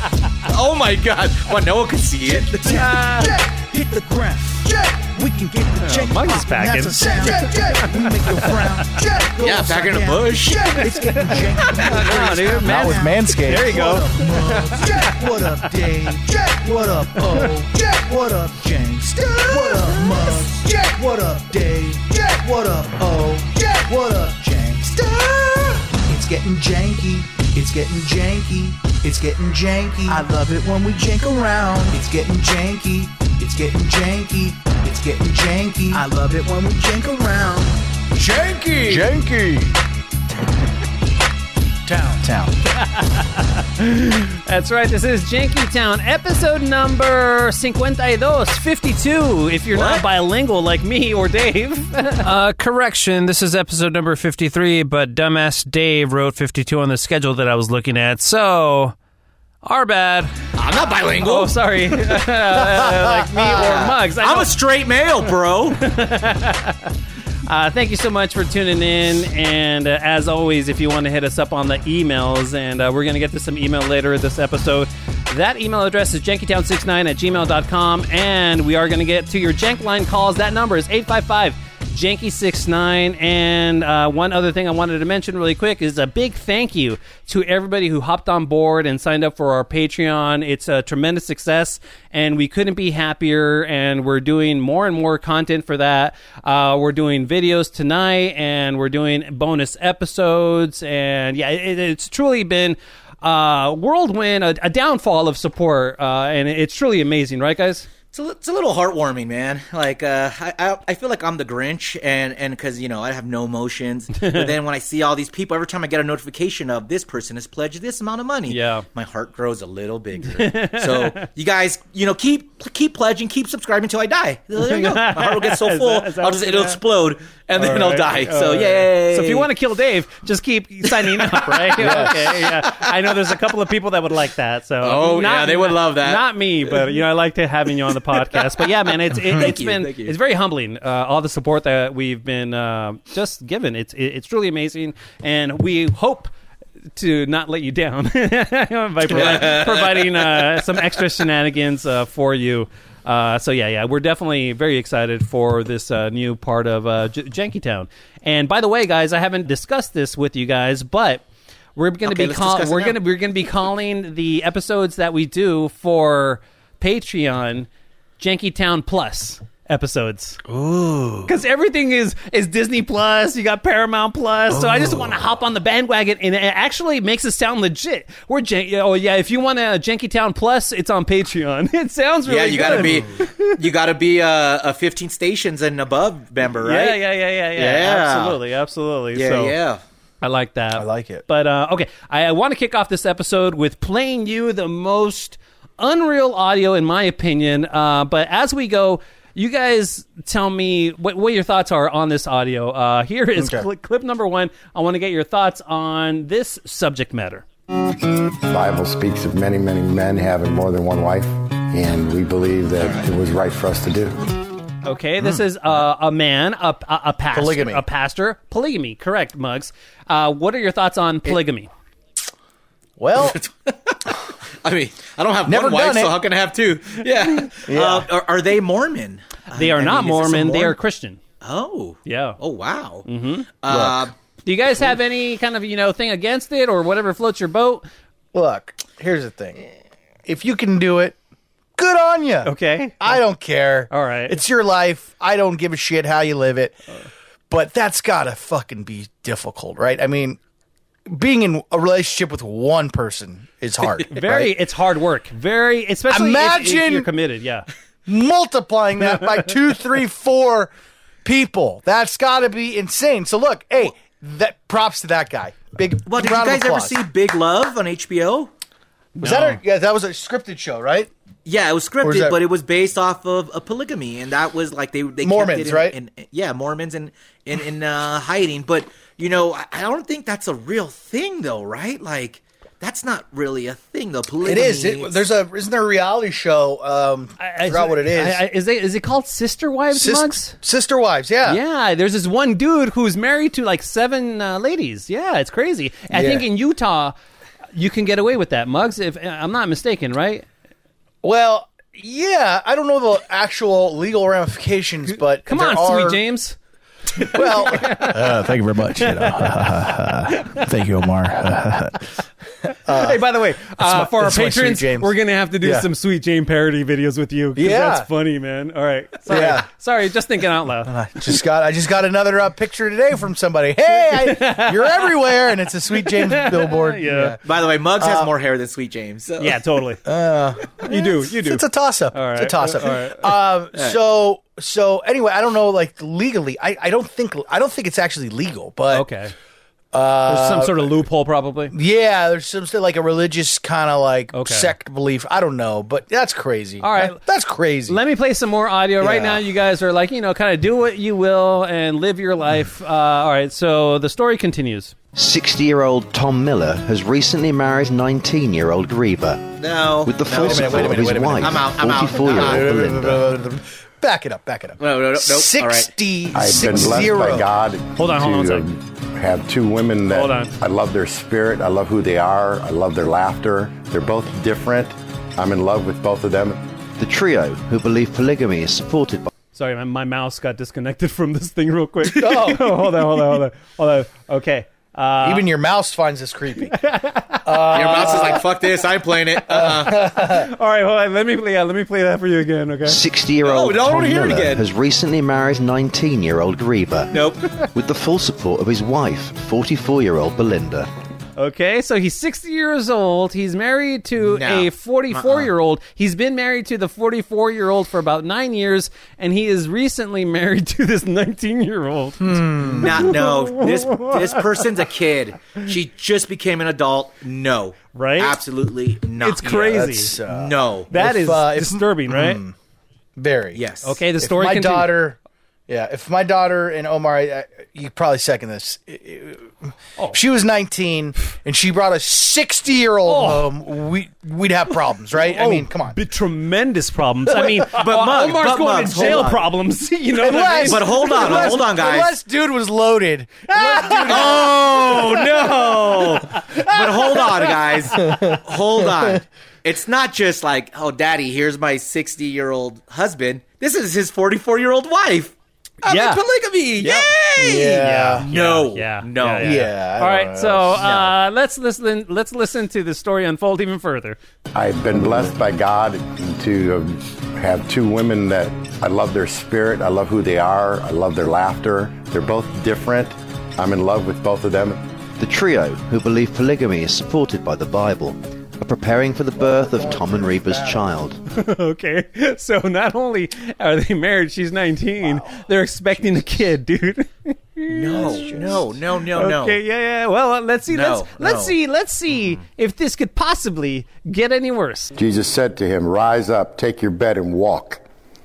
oh my god! Well, no one can see it. hit the ground. We can get the check. Mike is back in. That's a sound. We make you frown. yeah, back in the bush. It's getting jacked. Come on, dude. That was Man, manscaped. there you go. Jack, what up, Dave? Jack, what up, O? Jack, what up, James? What up, Muggs? Jack, what up, Dave? Jack, what up, O? Jack, what up, James? It's getting janky. It's getting janky. It's getting janky. I love it when we jank around. It's getting janky. It's getting janky. It's getting janky. I love it when we jank around. Janky. Janky. Town. Town. That's right. This is Janky Town, episode number 52, 52, if you're not What? bilingual like me or Dave. Uh, correction. This is episode number 53, but dumbass Dave wrote 52 on the schedule that I was looking at. So, our bad. I'm not bilingual. oh, sorry. Uh, like me or Mugs. I I'm know. a straight male, bro. Uh, thank you so much for tuning in. And uh, as always, if you want to hit us up on the emails, and uh, we're going to get to some email later this episode, that email address is jankytown69 at gmail.com. And we are going to get to your jank line calls. That number is 855 janky69. And uh, one other thing I wanted to mention really quick is a big thank you to everybody who hopped on board and signed up for our Patreon. It's a tremendous success, and we couldn't be happier. And we're doing more and more content for that. Uh, we're doing videos tonight, and we're doing bonus episodes. And yeah, it, it's truly been uh, whirlwind, a, a downfall of support, uh, and it's truly amazing, right, guys? It's a, li- it's a little heartwarming, man. Like uh, I, I, I feel like I'm the Grinch, and and because you know I have no emotions. but then when I see all these people, every time I get a notification of this person has pledged this amount of money, Yeah. my heart grows a little bigger. so you guys, you know, keep keep pledging, keep subscribing until I die. There you go. My heart will get so Is full, that- is that I'll just what's it'll gonna- explode, and then I'll die. All so right. yay! So if you want to kill Dave, just keep signing up, right? Okay, yeah. I know there's a couple of people that would like that. So Oh, yeah, they would love that. Not me, but you know, I liked having you on the podcast. But yeah, man, it's it, has you, been thank you. it's very humbling. Uh, all the support that we've been uh, just given, it's it, it's truly amazing, and we hope. To not let you down by provi- providing uh, some extra shenanigans uh, for you. Uh, so yeah, yeah, we're definitely very excited for this uh, new part of uh, J- Jankytown. And by the way, guys, I haven't discussed this with you guys, but we're going to Okay, be let's call- discuss it we're now. going to we're going to be calling the episodes that we do for Patreon Jankytown Plus episodes. Ooh. Cuz everything is is Disney Plus, you got Paramount Plus. So I just want to hop on the bandwagon and it actually makes it sound legit. We're Jan- oh yeah, if you want a Jankytown Plus, it's on Patreon. It sounds really yeah, you gotta good. be, you gotta be uh, a 15 stations and above member, right? Yeah, yeah, yeah, yeah, yeah. Yeah. Absolutely, absolutely. yeah, so yeah. I like that. I like it. But uh, okay, I, I want to kick off this episode with playing you the most unreal audio, in my opinion. Uh, but as we go, you guys tell me what, what your thoughts are on this audio. Uh, here is Okay. cli- clip number one. I want to get your thoughts on this subject matter. Bible speaks of many, many men having more than one wife, and we believe that it was right for us to do. Okay, this is uh, a man, a, a, a pastor, Polygamy. a pastor, polygamy. Correct, Mugs. Uh, what are your thoughts on polygamy? Well, I mean, I don't have Never one wife, done it. so how can I have two? Yeah. Uh, are, are they Mormon? they I- are I not mean, is this a Mormon; they Mormon- are Christian. Oh. Yeah. Oh wow. Mm-hmm. Uh, Do you guys have any kind of you know thing against it or whatever floats your boat? look, here's the thing. If you can do it, good on you. Okay. I don't care. All right. It's your life. I don't give a shit how you live it. But that's got to fucking be difficult, right? I mean, being in a relationship with one person is hard. Very, right? it's hard work. Very, especially if- if, Imagine- you're committed. Yeah, multiplying that by two, three, four people. That's got to be insane. So look, hey, that props to that guy. Big well, did you round guys of ever applause. see Big Love on HBO? Was that a, yeah, that was a scripted show, right? Yeah, it was Or is scripted, that- but it was based off of a polygamy, and that was like they they kept Mormons, it in- right? in- yeah, Mormons and in in uh, hiding. But you know, I, I don't think that's a real thing, though, right? Like that's not really a thing, though. Polygamy. It is. It, there's a isn't there a reality show? Um, I, forgot what it is. I, I, is, they, is it called Sister Wives Sis- Mugs? Sister Wives. Yeah. Yeah, there's this one dude who's married to like seven uh, ladies. Yeah, it's crazy. I Yeah. think in Utah, you can get away with that, Mugs. If I'm not mistaken, right? Well, yeah. I don't know the actual legal ramifications, but Come there on, are, sweet James. Well, Uh, thank you very much. thank you, Omar. hey, by the way, uh, for our that's my patrons, Sweet James. we're gonna have to do Yeah. some Sweet Jane parody videos with you. 'cause Yeah. that's funny, man. All right, sorry, Yeah. sorry, just thinking out loud. just got I just got another uh, picture today from somebody. Hey, I, you're everywhere, and it's a Sweet James billboard. Uh, Yeah. By the way, Muggs has more hair than Sweet James. so- Yeah, totally. you do, you do. It's a toss up. It's a right. toss up. Um, So so anyway, I don't know. Like legally, I, I don't think I don't think it's actually legal. But uh, okay. There's some sort of loophole, probably. yeah, there's some sort of like a religious kind of like Okay. sect belief. I don't know, but that's crazy. All right. that's crazy. Let me play some more audio. Right Yeah. now, you guys are like, you know, kind of do what you will and live your life. Uh, all right, so the story continues. 60 year old Tom Miller has recently married 19 year old Reba No. with the no, full wait a minute, support wait a of minute, his wait a minute. wife, I'm out. I'm out. 44 year I'm out. old Belinda. back it up. Back it up. No, no, no, nope. All right. 60, I've been six blessed zero. by God. Hold on, hold on to one Have two women that Hold on. I love their spirit. I love who they are. I love their laughter. They're both different. I'm in love with both of them. The trio, who believe polygamy is supported by Sorry, my, my mouse got disconnected from this thing real quick. oh, hold on, hold on, hold on, hold on. Okay. Uh, Even your mouse finds this creepy. Uh, Your mouse is like, fuck this. I'm playing it. Uh-uh. all right, hold on. Let me play. Yeah, let me play that for you again. Okay. 60 year old Oh, No, I don't Tom wanna hear it Miller again. has recently married 19 year old Reba Nope. with the full support of his wife, 44 year old Belinda. Okay, so he's 60 years old. He's married to No. Uh-uh. a 44 year old. He's been married to the 44 year old for about nine years, and he is recently married to this 19 year old. Hmm. Not no. This this person's a kid. She just became an adult. No. Right? Absolutely not. It's crazy. That's, uh, No. That If, is uh, if- disturbing, right? Very. yes. Okay, the If story my continues. daughter yeah if my daughter and omar I, I, you probably second this Oh. If she was 19 and she brought a 60 year old home we, we'd have problems right i mean come on Oh. Be tremendous problems. I mean, but Mug, Omar's but going Mug, to hold jail on. problems. You know, what I Unless- mean? But hold on, unless- hold on, guys. unless dude was loaded Oh no! But hold on, guys. Hold on. It's not just like, oh, daddy, here's my 60 year old husband. This is his 44 year old wife. I'm Yeah. in polygamy. Yay! Yeah. No. yeah, No. yeah. yeah I All don't right, know. so uh, let's listen. Let's listen to the story unfold even further. I've been blessed by God to um, have two women that I love their spirit. I love who they are. I love their laughter. They're both different. I'm in love with both of them. The trio, who believe polygamy is supported by the Bible, are preparing for the birth of Tom and Reba's child. Okay, so not only are they married, she's 19. They're expecting a kid, dude. No, no, no, no, no. Okay, yeah, yeah. Well, uh, let's see. No, let's let's no. Mm-hmm. see. Let's see if this could possibly get any worse. Jesus said to him, Rise up, take your bed, and walk.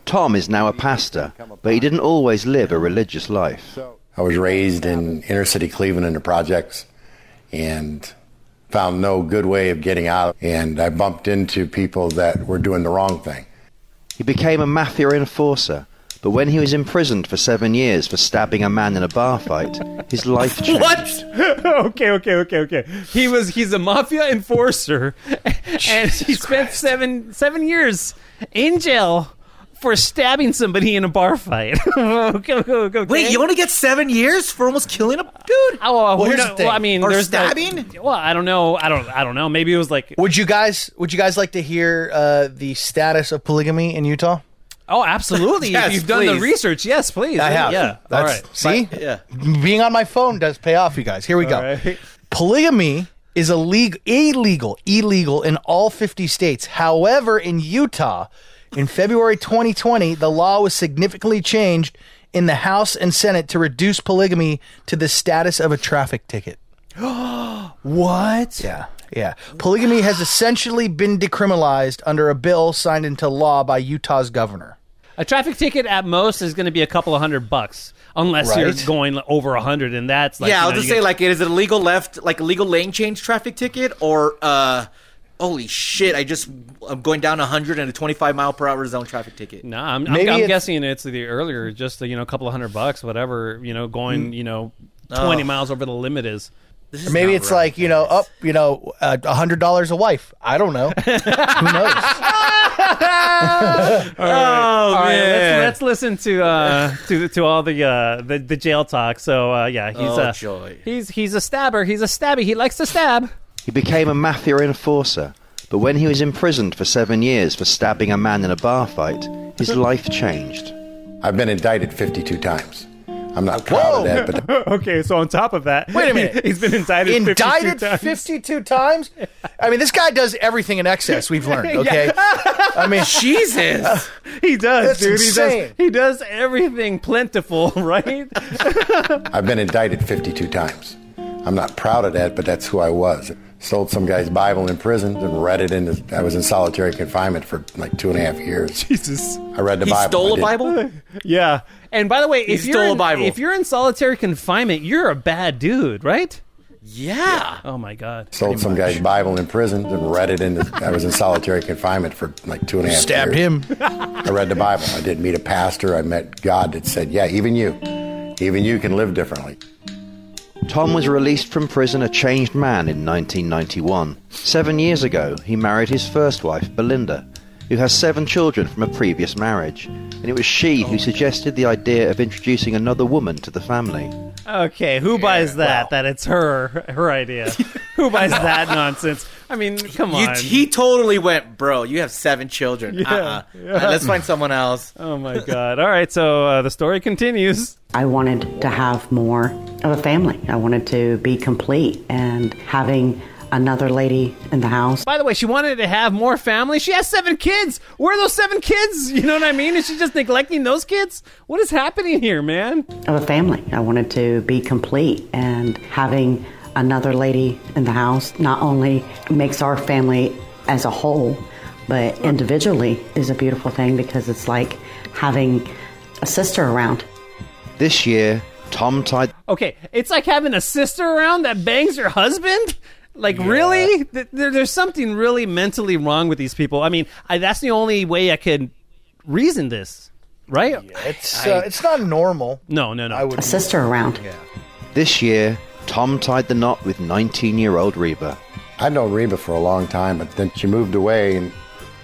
Tom is now a pastor, but he didn't always live a religious life. I was raised in inner city Cleveland in the projects and found no good way of getting out. And I bumped into people that were doing the wrong thing. He became a mafia enforcer, but when he was imprisoned for seven years for stabbing a man in a bar fight, his life changed. okay, okay, okay, okay. He was he's a mafia enforcer, and he spent seven seven years in jail for stabbing somebody in a bar fight. okay, okay, okay, okay. Wait, you only get seven years for almost killing a dude? Oh, well, who here's kno- the thing. well, I mean, Or there's no- stabbing? well, I don't know. I don't. I don't know. Maybe it was like. Would you guys Would you guys like to hear uh, the status of polygamy in Utah? Oh, absolutely. Yes, if you've done the please. research, yes, please. I have. Yeah. All right. That's, See, Yeah. being on my phone does pay off, you guys. Here we go. right. Polygamy is illegal, illegal, illegal in all 50 states. However, in Utah, in February 2020, the law was significantly changed in the House and Senate to reduce polygamy to the status of a traffic ticket. What? Yeah. Yeah. Polygamy has essentially been decriminalized under a bill signed into law by Utah's governor. A traffic ticket at most is going to be a couple of hundred bucks, unless Right. you're going over a hundred, and that's like yeah, you I'll know, just you say get- like it is it a legal left like a legal lane change traffic ticket or uh holy shit, I just I'm going down a hundred and a twenty five mile per hour zone traffic ticket. No, I'm, I'm, Maybe I'm it's- guessing it's the earlier, just the, you know, a couple of hundred bucks, whatever, you know, going, Mm. you know, Oh. 20 miles over the limit is. This Or is maybe not it's right. like, you know, up, you know, uh, $100 a wife. I don't know. Who knows? Oh, All right, let's, let's listen to uh, to to all the uh, the, the jail talk. So uh, yeah, he's Oh, uh, joy. he's he's a stabber. He's a stabby. He likes to stab. He became a mafia enforcer, but when he was imprisoned for seven years for stabbing a man in a bar fight, his life changed. I've been indicted 52 times. I'm not proud of that, but okay, so on top of that, Wait a minute. he's been indicted indicted 52 times. I mean, this guy does everything in excess. We've learned, okay? I mean, Jesus. He does, That's dude. He insane. does. He does everything plentiful, right? I've been indicted 52 times. I'm not proud of that, but that's who I was. Sold some guy's Bible in prison and read it in. His, I was in solitary confignment for like two and a half years. Jesus. I read the he Bible. I stole a did- Bible? Yeah. And by the way, if He you're stole a in, Bible. if you're in solitary confinement, you're a bad dude, right? Yeah. Oh my god. Sold some guy's Bible in prison and read it in. His, I was in solitary confignment for like two and a half stabbed years. him. I read the Bible. I didn't meet a pastor. I met God that said, "Yeah, even you, even you can live differently." Tom was released from prison a changed man in 1991. Seven years ago, he married his first wife, Belinda, who has seven children from a previous marriage, and it was she who suggested the idea of introducing another woman to the family. Okay, who buys that? That it's her her idea. who buys that nonsense? I mean, come You, on. he totally went, bro. You have seven children. Yeah, uh-uh. yeah. Uh, let's find someone else. oh my god. All right, so uh, the story continues. I wanted to have more of a family. I wanted to be complete and having another lady in the house. By the way, she wanted to have more family. She has seven kids. Where are those seven kids? You know what I mean? Is she just neglecting those kids? What is happening here, man? Of a family. I wanted to be complete and having another lady in the house not only makes our family as a whole, but individually is a beautiful thing because it's like having a sister around. This year, Tom tied Okay, it's like having a sister around that bangs your husband. Like really, Th- there, there's something really mentally wrong with these people. I mean, I, that's the only way I could reason this, right? It's, uh, it's not normal. No, no, no. I would. A sister around. this year, Tom tied the knot with 19-year-old Reba. I'd known Reba for a long time, but then she moved away, and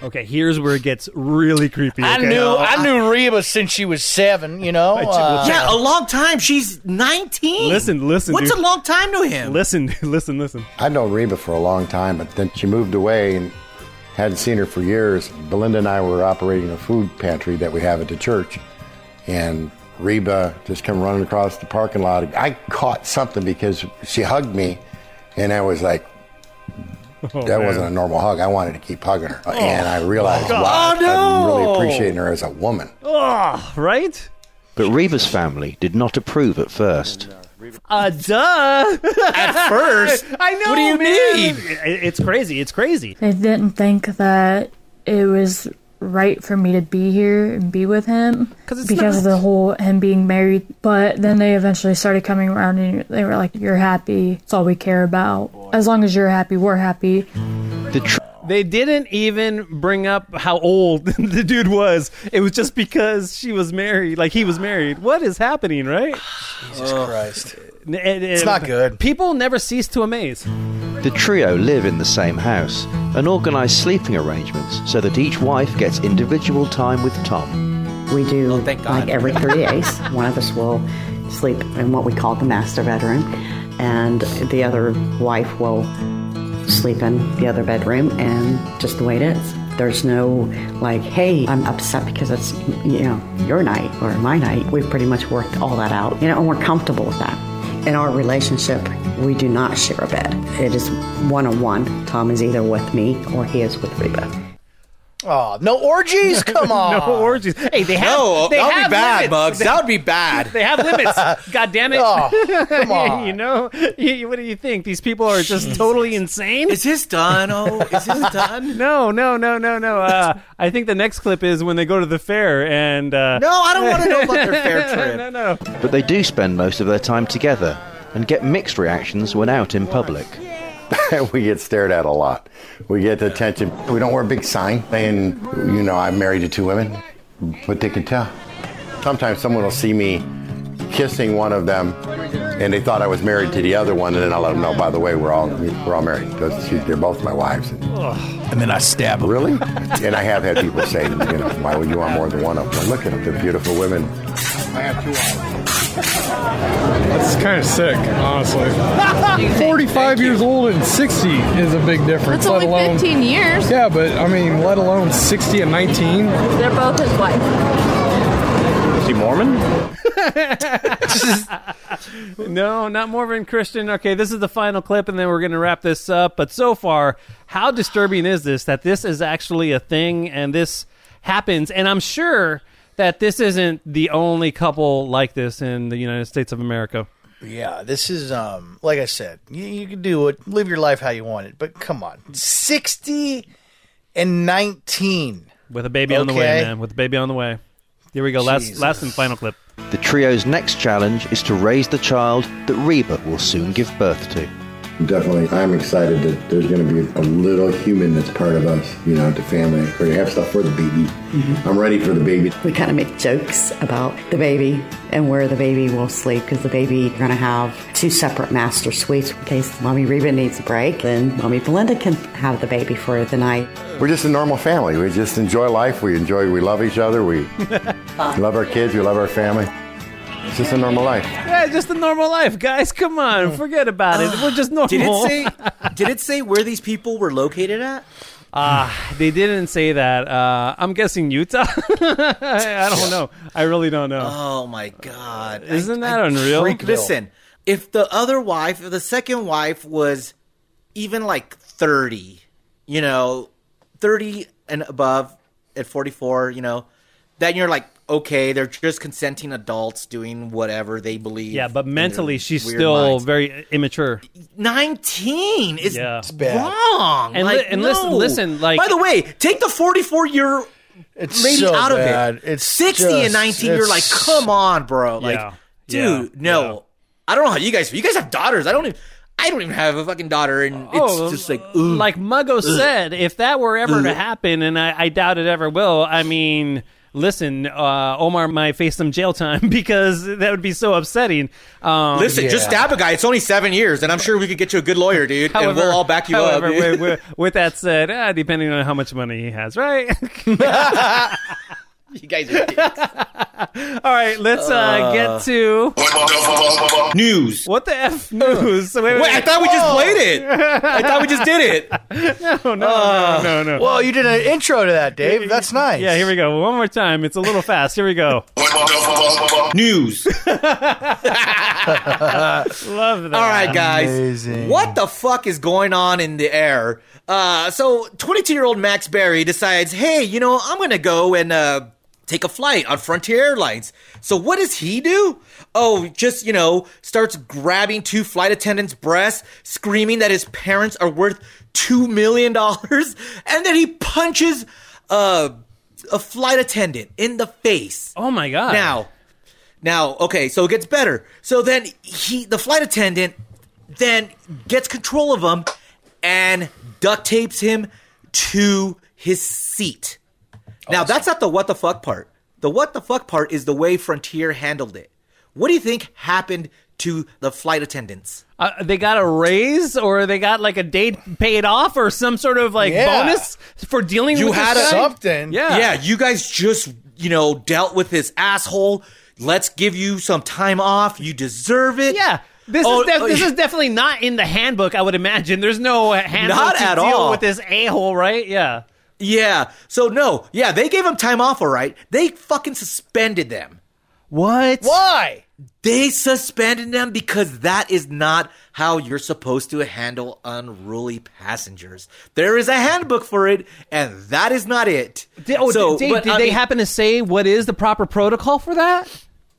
Okay, here's where it gets really creepy. I okay? knew I knew Reba since she was seven. You know, Uh, yeah, a long time. She's 19. Listen, listen, What's dude. a long time to him? Listen, listen, listen. I'd known Reba for a long time, but then she moved away and hadn't seen her for years. Belinda and I were operating a food pantry that we have at the church, and Reba just come running across the parking lot. I caught something because she hugged me, and I was like, Oh, that wasn't a normal hug. I wanted to keep hugging her, and I realized, wow, Oh, no. I'm really appreciating her as a woman. Oh, right? But Reba's family did not approve at first. Uh, duh. At first, I know. What do you man. mean? It- It's crazy. It's crazy. They didn't think that it was right for me to be here and be with him 'Cause it's because of not. the whole him being married. But then they eventually started coming around and they were like, "You're happy. It's all we care about. As long as you're happy, we're happy." The tr- They didn't even bring up how old the dude was. It was just because she was married. Like he was married. What is happening, right? Jesus Christ. it's not good. People never cease to amaze. The trio live in the same house and organise sleeping arrangements so that each wife gets individual time with Tom. We do Oh, thank God. like every three days. One of us will sleep in what we call the master bedroom, and the other wife will sleep in the other bedroom, and just the way it is. There's no like, hey, I'm upset because it's you know your night or my night. We've pretty much worked all that out, you know, and we're comfortable with that. In our relationship, we do not share a bed. It is one on one. Tom is either with me or he is with Reba. Oh, no orgies? Come on. No orgies. Hey, they have. no, they that would have be bad, limits. Bugs. They, That would be bad. they have limits. God damn it. Oh, come on. you know, You- you- what do you think? These people are just totally insane. Is this done? Oh, is this done? No, no, no, no, no. Uh, I think the next clip is when they go to the fair and. Uh, No, I don't want to know about their fair trip. no, no. But they do spend most of their time together and get mixed reactions when out in public. we get stared at a lot. We get attention. We don't wear a big sign saying, you know, I'm married to two women, but they can tell. Sometimes someone will see me kissing one of them, and they thought I was married to the other one, and then I'll let them know. By the way, we're all we're all married. Those- They're both my wives. And then I stab him. Really? and I have had people say, you know, why would you want more than one of them? Look at them, they're beautiful women. I have two It's kind of sick, honestly. 45 years old and 60 is a big difference, let alone. years. Yeah, but I mean, let alone 60 and 19. They're both his wife. No, not Mormon Christian. Okay, this is the final clip, and then we're going to wrap this up. But so far, how disturbing is this that this is actually a thing and this happens? And I'm sure that this isn't the only couple like this in the United States of America. Yeah, this is um like I said, you, you can do it, live your life how you want it, but come on. 60 and 19. With a baby on the way, Okay. man. With a baby on the way. Here we go. Last, Jesus. last and final clip. The trio's next challenge is to raise the child that Reba will soon give birth to. Definitely, I'm excited that there's going to be a little human that's part of us, you know, the family. We're going to have stuff for the baby. I'm ready for the baby. We kind of make jokes about the baby and where the baby will sleep because the baby going to have two separate master suites in case Mommy Reba needs a break. Then Mommy Belinda can have the baby for the night. We're just a normal family. We just enjoy life. We enjoy, we love each other. We love our kids. We love our family. It's just a normal life. Yeah, just the normal life, guys. Come on, forget about it. We're just normal. Did it say? Did it say where these people were located at? Ah, They didn't say that. Uh, I'm guessing Utah. I don't know. I really don't know. Oh my god! Isn't that unreal? freaked Listen, if the other wife, if the second wife was even like thirty, you know, thirty and above at forty-four, you know, then you're like, okay, they're just consenting adults doing whatever they believe. Yeah, but in their mentally she's weird still minds. very immature. nineteen. Is Yeah. It's bad. wrong. And li- Like, and listen- no. listen, like- by the way, take the forty-four year It's lady so out bad. of it. It's 60 and just- 19, you're like, it's- come on, bro. Like, Yeah. dude, Yeah. no. Yeah. I don't know how you guys You guys have daughters. I don't even I don't even have a fucking daughter and it's just like Oh, ooh. uh, like Muggo said, if that were ever to happen, and I, I doubt it ever will, I mean, listen, uh, Omar might face some jail time because that would be so upsetting. Um, Listen, just stab a guy. It's only seven years, and I'm sure we could get you a good lawyer, dude. and we'll all back you however, up. dude. wi- wi- with that said, uh, depending on how much money he has, right? you guys are dicks. All right, let's uh, get to news. what the f news. Wait, wait, Wait, I wait. thought we just played it. I thought we just did it. no, Uh, no, no, no, no. Well, you did an intro to that, Dave. That's nice. Yeah, here we go. One more time. It's a little fast. Here we go. Um, News. Love that. All right, guys. Amazing. What the fuck is going on in the air? Uh, so, 22 year old Max Berry decides, hey, you know, I'm going to go and uh, take a flight on Frontier Airlines. So what does he do? Oh, just, you know, starts grabbing two flight attendants' breasts, screaming that his parents are worth $2 million, and then he punches uh, a flight attendant in the face. Oh my god. Now, now, okay, so it gets better. So then he the flight attendant then gets control of him and duct tapes him to his seat. Now, that's not the what the fuck part. The what the fuck part is the way Frontier handled it. What do you think happened to the flight attendants? Uh, they got a raise, or they got like a day paid off, or some sort of like Yeah. bonus for dealing You with had this a- guy? something. Yeah, Yeah, you guys just, you know, dealt with this asshole. Let's give you some time off. You deserve it. Oh, Yeah. This is def- this is definitely not in the handbook. I would imagine there's no handbook Not to at deal all. with this a hole, right? Yeah. Yeah. So no, yeah, they gave him time off, all right. They fucking suspended them. What? Why? They suspended them because that is not how you're supposed to handle unruly passengers. There is a handbook for it, and that is not it. Did, oh, So, did, but, did I they mean- happen to say what is the proper protocol for that?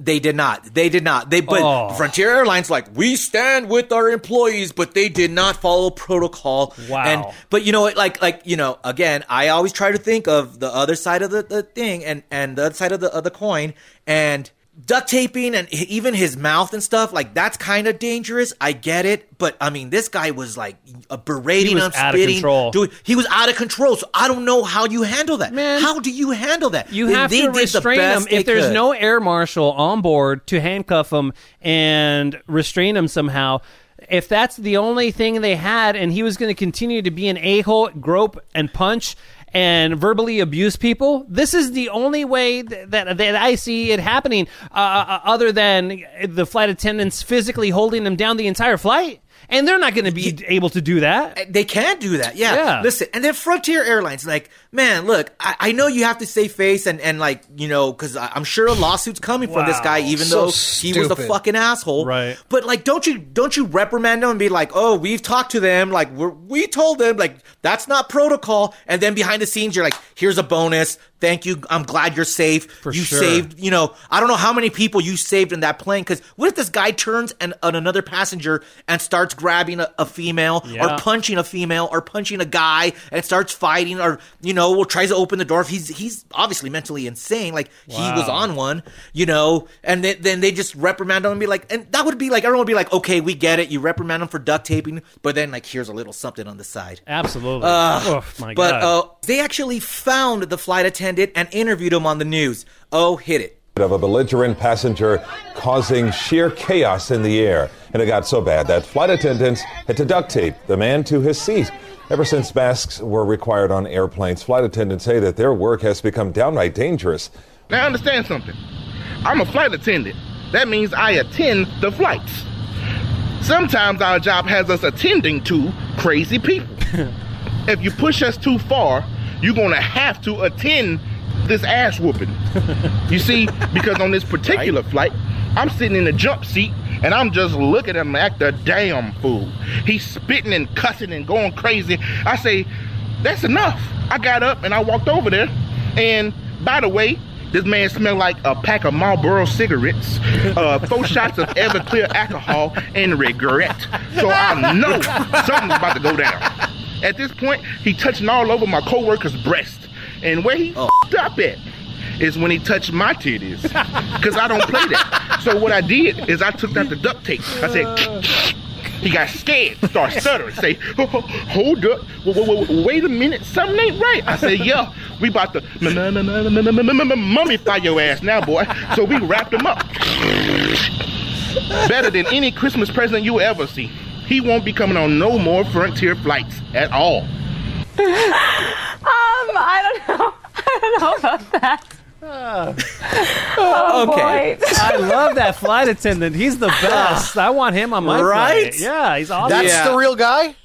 They did not. They did not. They but Oh. Frontier Airlines like we stand with our employees, but they did not follow protocol. Wow. And but you know what? Like like you know again, I always try to think of the other side of the, the thing and and the other side of the of the coin and duct taping and h- even his mouth and stuff like that's kind of dangerous. I get it, but I mean this guy was like uh, berating He was him, out of spitting, control. Dude, he was out of control. So I don't know how you handle that. Man, how do you handle that? You And have they to did the restrain best him if they there's could. no air marshal on board to handcuff him and restrain him somehow. If that's the only thing they had, and he was going to continue to be an a hole, grope and punch and verbally abuse people, this is the only way th- that that I see it happening. Uh, uh, other than the flight attendants physically holding them down the entire flight, and they're not going to be able to do that. They can't do that. Yeah. Yeah. Listen, and then Frontier Airlines, like, man, look, I, I know you have to save face and, and like, you know, because I'm sure a lawsuit's coming from this Wow. guy, even So though he was the stupid. fucking asshole. Right. But like, don't you don't you reprimand them and be like, oh, we've talked to them, like we're, we told them, like that's not protocol. And then behind the scenes, you're like, here's a bonus. Thank you. I'm glad you're safe. you sure. saved. You know, I don't know how many people you saved in that plane. Because what if this guy turns and on another passenger and starts grabbing a, a female Yeah. or punching a female or punching a guy and starts fighting or you know well tries to open the door if he's he's obviously mentally insane like he was Wow. on one you know and then, then they just reprimand him and be like and that would be like everyone would be like okay we get it you reprimand him for duct taping but then like here's a little something on the side Absolutely. uh, oh my but god. uh, they actually found the flight attendant and interviewed him on the news oh hit it Of a belligerent passenger causing sheer chaos in the air. And it got so bad that flight attendants had to duct tape the man to his seat. Ever since masks were required on airplanes, flight attendants say that their work has become downright dangerous. Now understand something. I'm a flight attendant. That means I attend the flights. Sometimes our job has us attending to crazy people. if you push us too far, you're gonna have to attend this ass whooping. you see, because on this particular flight, I'm sitting in the jump seat and I'm just looking at him like the damn fool. He's spitting and cussing and going crazy. I say, that's enough. I got up and I walked over there. And by the way, this man smelled like a pack of Marlboro cigarettes, uh, four shots of Everclear alcohol, and regret. So I know something's about to go down. At this point, he touching all over my coworker's breast. And where he f***ed up at is when he touched my titties. Because I don't play that. So what I did is I took out the duct tape. I said, He got scared, start stuttering, say, "Ho- ho- hold up, w- w- w- wait a minute, something ain't right. I said, yo, we about to m- m- m- m- m- m- m- m- mummify your ass now, boy. So we wrapped him up. Better than any Christmas present you ever see. He won't be coming on no more Frontier flights at all. Um, I don't know. I don't know about that. oh okay. boy. I love that flight attendant. He's the best. I want him on my Ah. Right? flight. Yeah, he's awesome. That's Yeah. the real guy?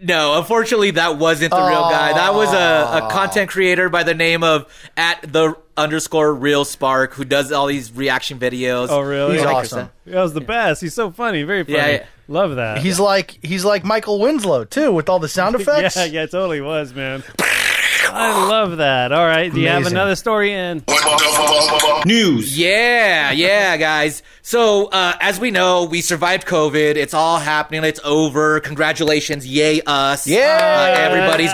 No, unfortunately, that wasn't the real guy. That was a, a content creator by the name of at the underscore real spark who does all these reaction videos. Oh, really? Like That was the best. He's so funny. Very funny. Yeah, yeah. Love that. He's like he's like Michael Winslow too, with all the sound effects. yeah, yeah, it totally was, man. I love that. All right, do you have Amazing. another story in? News. Yeah, yeah, guys. So, uh, as we know, we survived COVID. It's all happening. It's over. Congratulations. Yay, us. Yeah. everybody's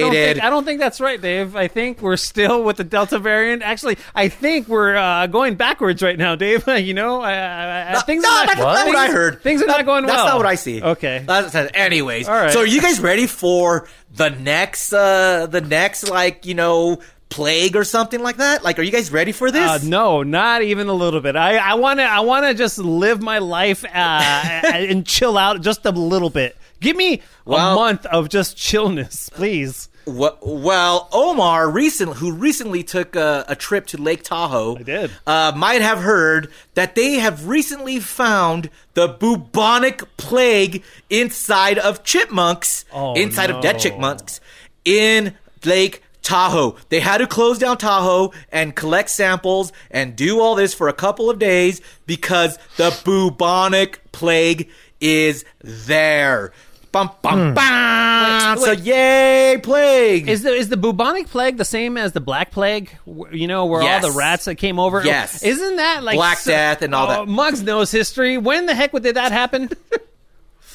I don't, think, I don't think that's right, Dave. I think we're still with the Delta variant. Actually, I think we're uh, going backwards right now, Dave. you know, I, I, I, things no, are not, that's not things- what I heard. Things are That- not going that's well. not what I see. Okay. That's- that's- anyways, All right. so are you guys ready for the next, uh, the next, like, you know, plague or something like that? Like, are you guys ready for this? Uh, no, not even a little bit. I I want to I want to just live my life uh, and chill out just a little bit. Give me a month of just chillness, please. Wha- Well, Omar recently, who recently took a, a trip to Lake Tahoe, I did. Uh, might have heard that they have recently found the bubonic plague inside of chipmunks, inside of dead Oh, no. chipmunks, in Lake Tahoe. They had to close down Tahoe and collect samples and do all this for a couple of days because the bubonic plague is there. Bum, Hmm. bum, bum. So yay, plague! Is the is the bubonic plague the same as the black plague? Wh- You know, where all Yes. the rats that came over. Yes. isn't that like Black Death and all Oh, that. Muggs knows history. When the heck would that happen?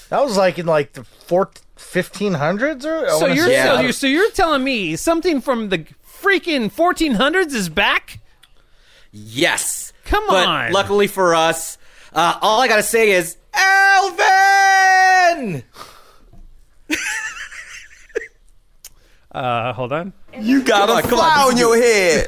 That was like in like the four, 1500s or I so wanna you're say- so you're so you're telling me something from the freaking 1400s is back? Yes. Come but on. Luckily for us, uh, all I gotta say is Alvin. Uh, hold on. You got a fly on your head.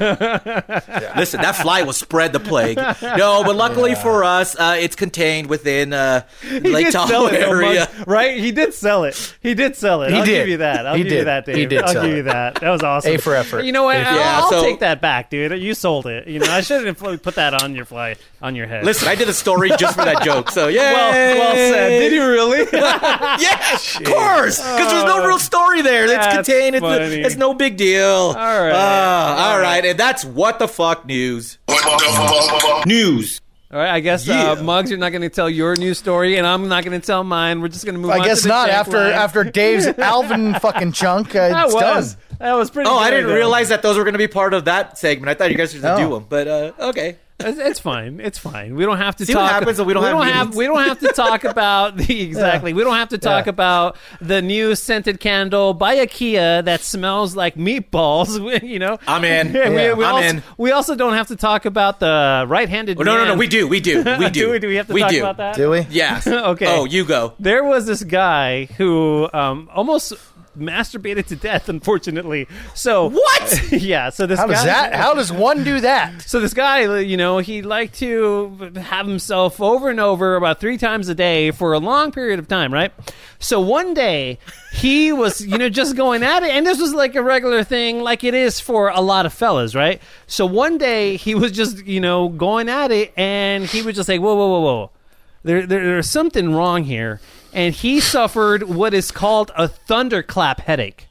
Listen, that fly will spread the plague. No, but luckily for us, uh, it's contained within uh, He Lake did Tahoe sell it, though, area. Muggs, right? He did sell it. He did sell it. He I'll did. give you that. I'll He give you did. that, Dave. He did I'll sell give it. you that. That was awesome. A for effort. You know what? A for I'll, effort. I'll Yeah, so- take that back, dude. You sold it. You know, I shouldn't have fl- put that on your fly on your head. Listen, I did a story just for that joke, so yeah. Well, well said. Did you really? yeah, of course, because there's no Oh, real story there. It's that's contained. funny. It's, it's no big deal. All right. all right, and that's what the fuck news. news. All right, I guess uh, Muggs, you're not going to tell your news story, and I'm not going to tell mine. We're just going to move. on I to guess the not check after line. after Dave's Alvin fucking chunk. Uh, That it's was done. that was pretty. Oh, I good, didn't though. realize that those were going to be part of that segment. I thought you guys were going to No. do them, but uh, okay. It's, it's fine. It's fine. We don't have to See what talk. happens when we don't have meetings. we don't have to talk about the exactly. We don't have to talk Yeah. about the new scented candle by IKEA that smells like meatballs. We- you know, I'm in. Yeah, we- Yeah. we I'm also, in. We also don't have to talk about the right-handed. Oh, no, no, no. man. We do. We do. We do. we, do we have to talk about that? Yes. okay. Oh, you go. There was this guy who um, almost masturbated to death, unfortunately. So what? yeah. So this How guy, does that? How does one do that? So this guy, you know, he liked to have himself over and over about three times a day for a long period of time, right? So one day he was, you know, just going at it, and this was like a regular thing, like it is for a lot of fellas, right? So one day he was just, you know, going at it, and he was just like, whoa, whoa, whoa, whoa there, there there's something wrong here and he suffered what is called a thunderclap headache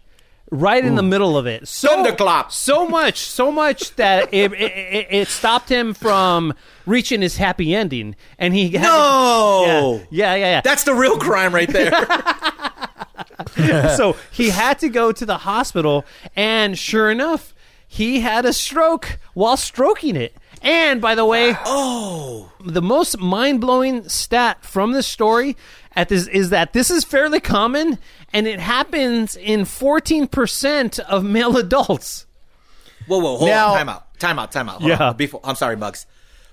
right in the middle of it so, thunderclap so much so much that it, it, it, it stopped him from reaching his happy ending and he had No! yeah yeah yeah, yeah. That's the real crime right there. so he had to go to the hospital, and sure enough, he had a stroke while stroking it. And by the way, oh, the most mind-blowing stat from this story at this is that this is fairly common, and it happens in fourteen percent of male adults. Whoa, whoa, hold Now- on. Time out. Time out. Time out. Hold Yeah. on. Before, I'm sorry, Bugs.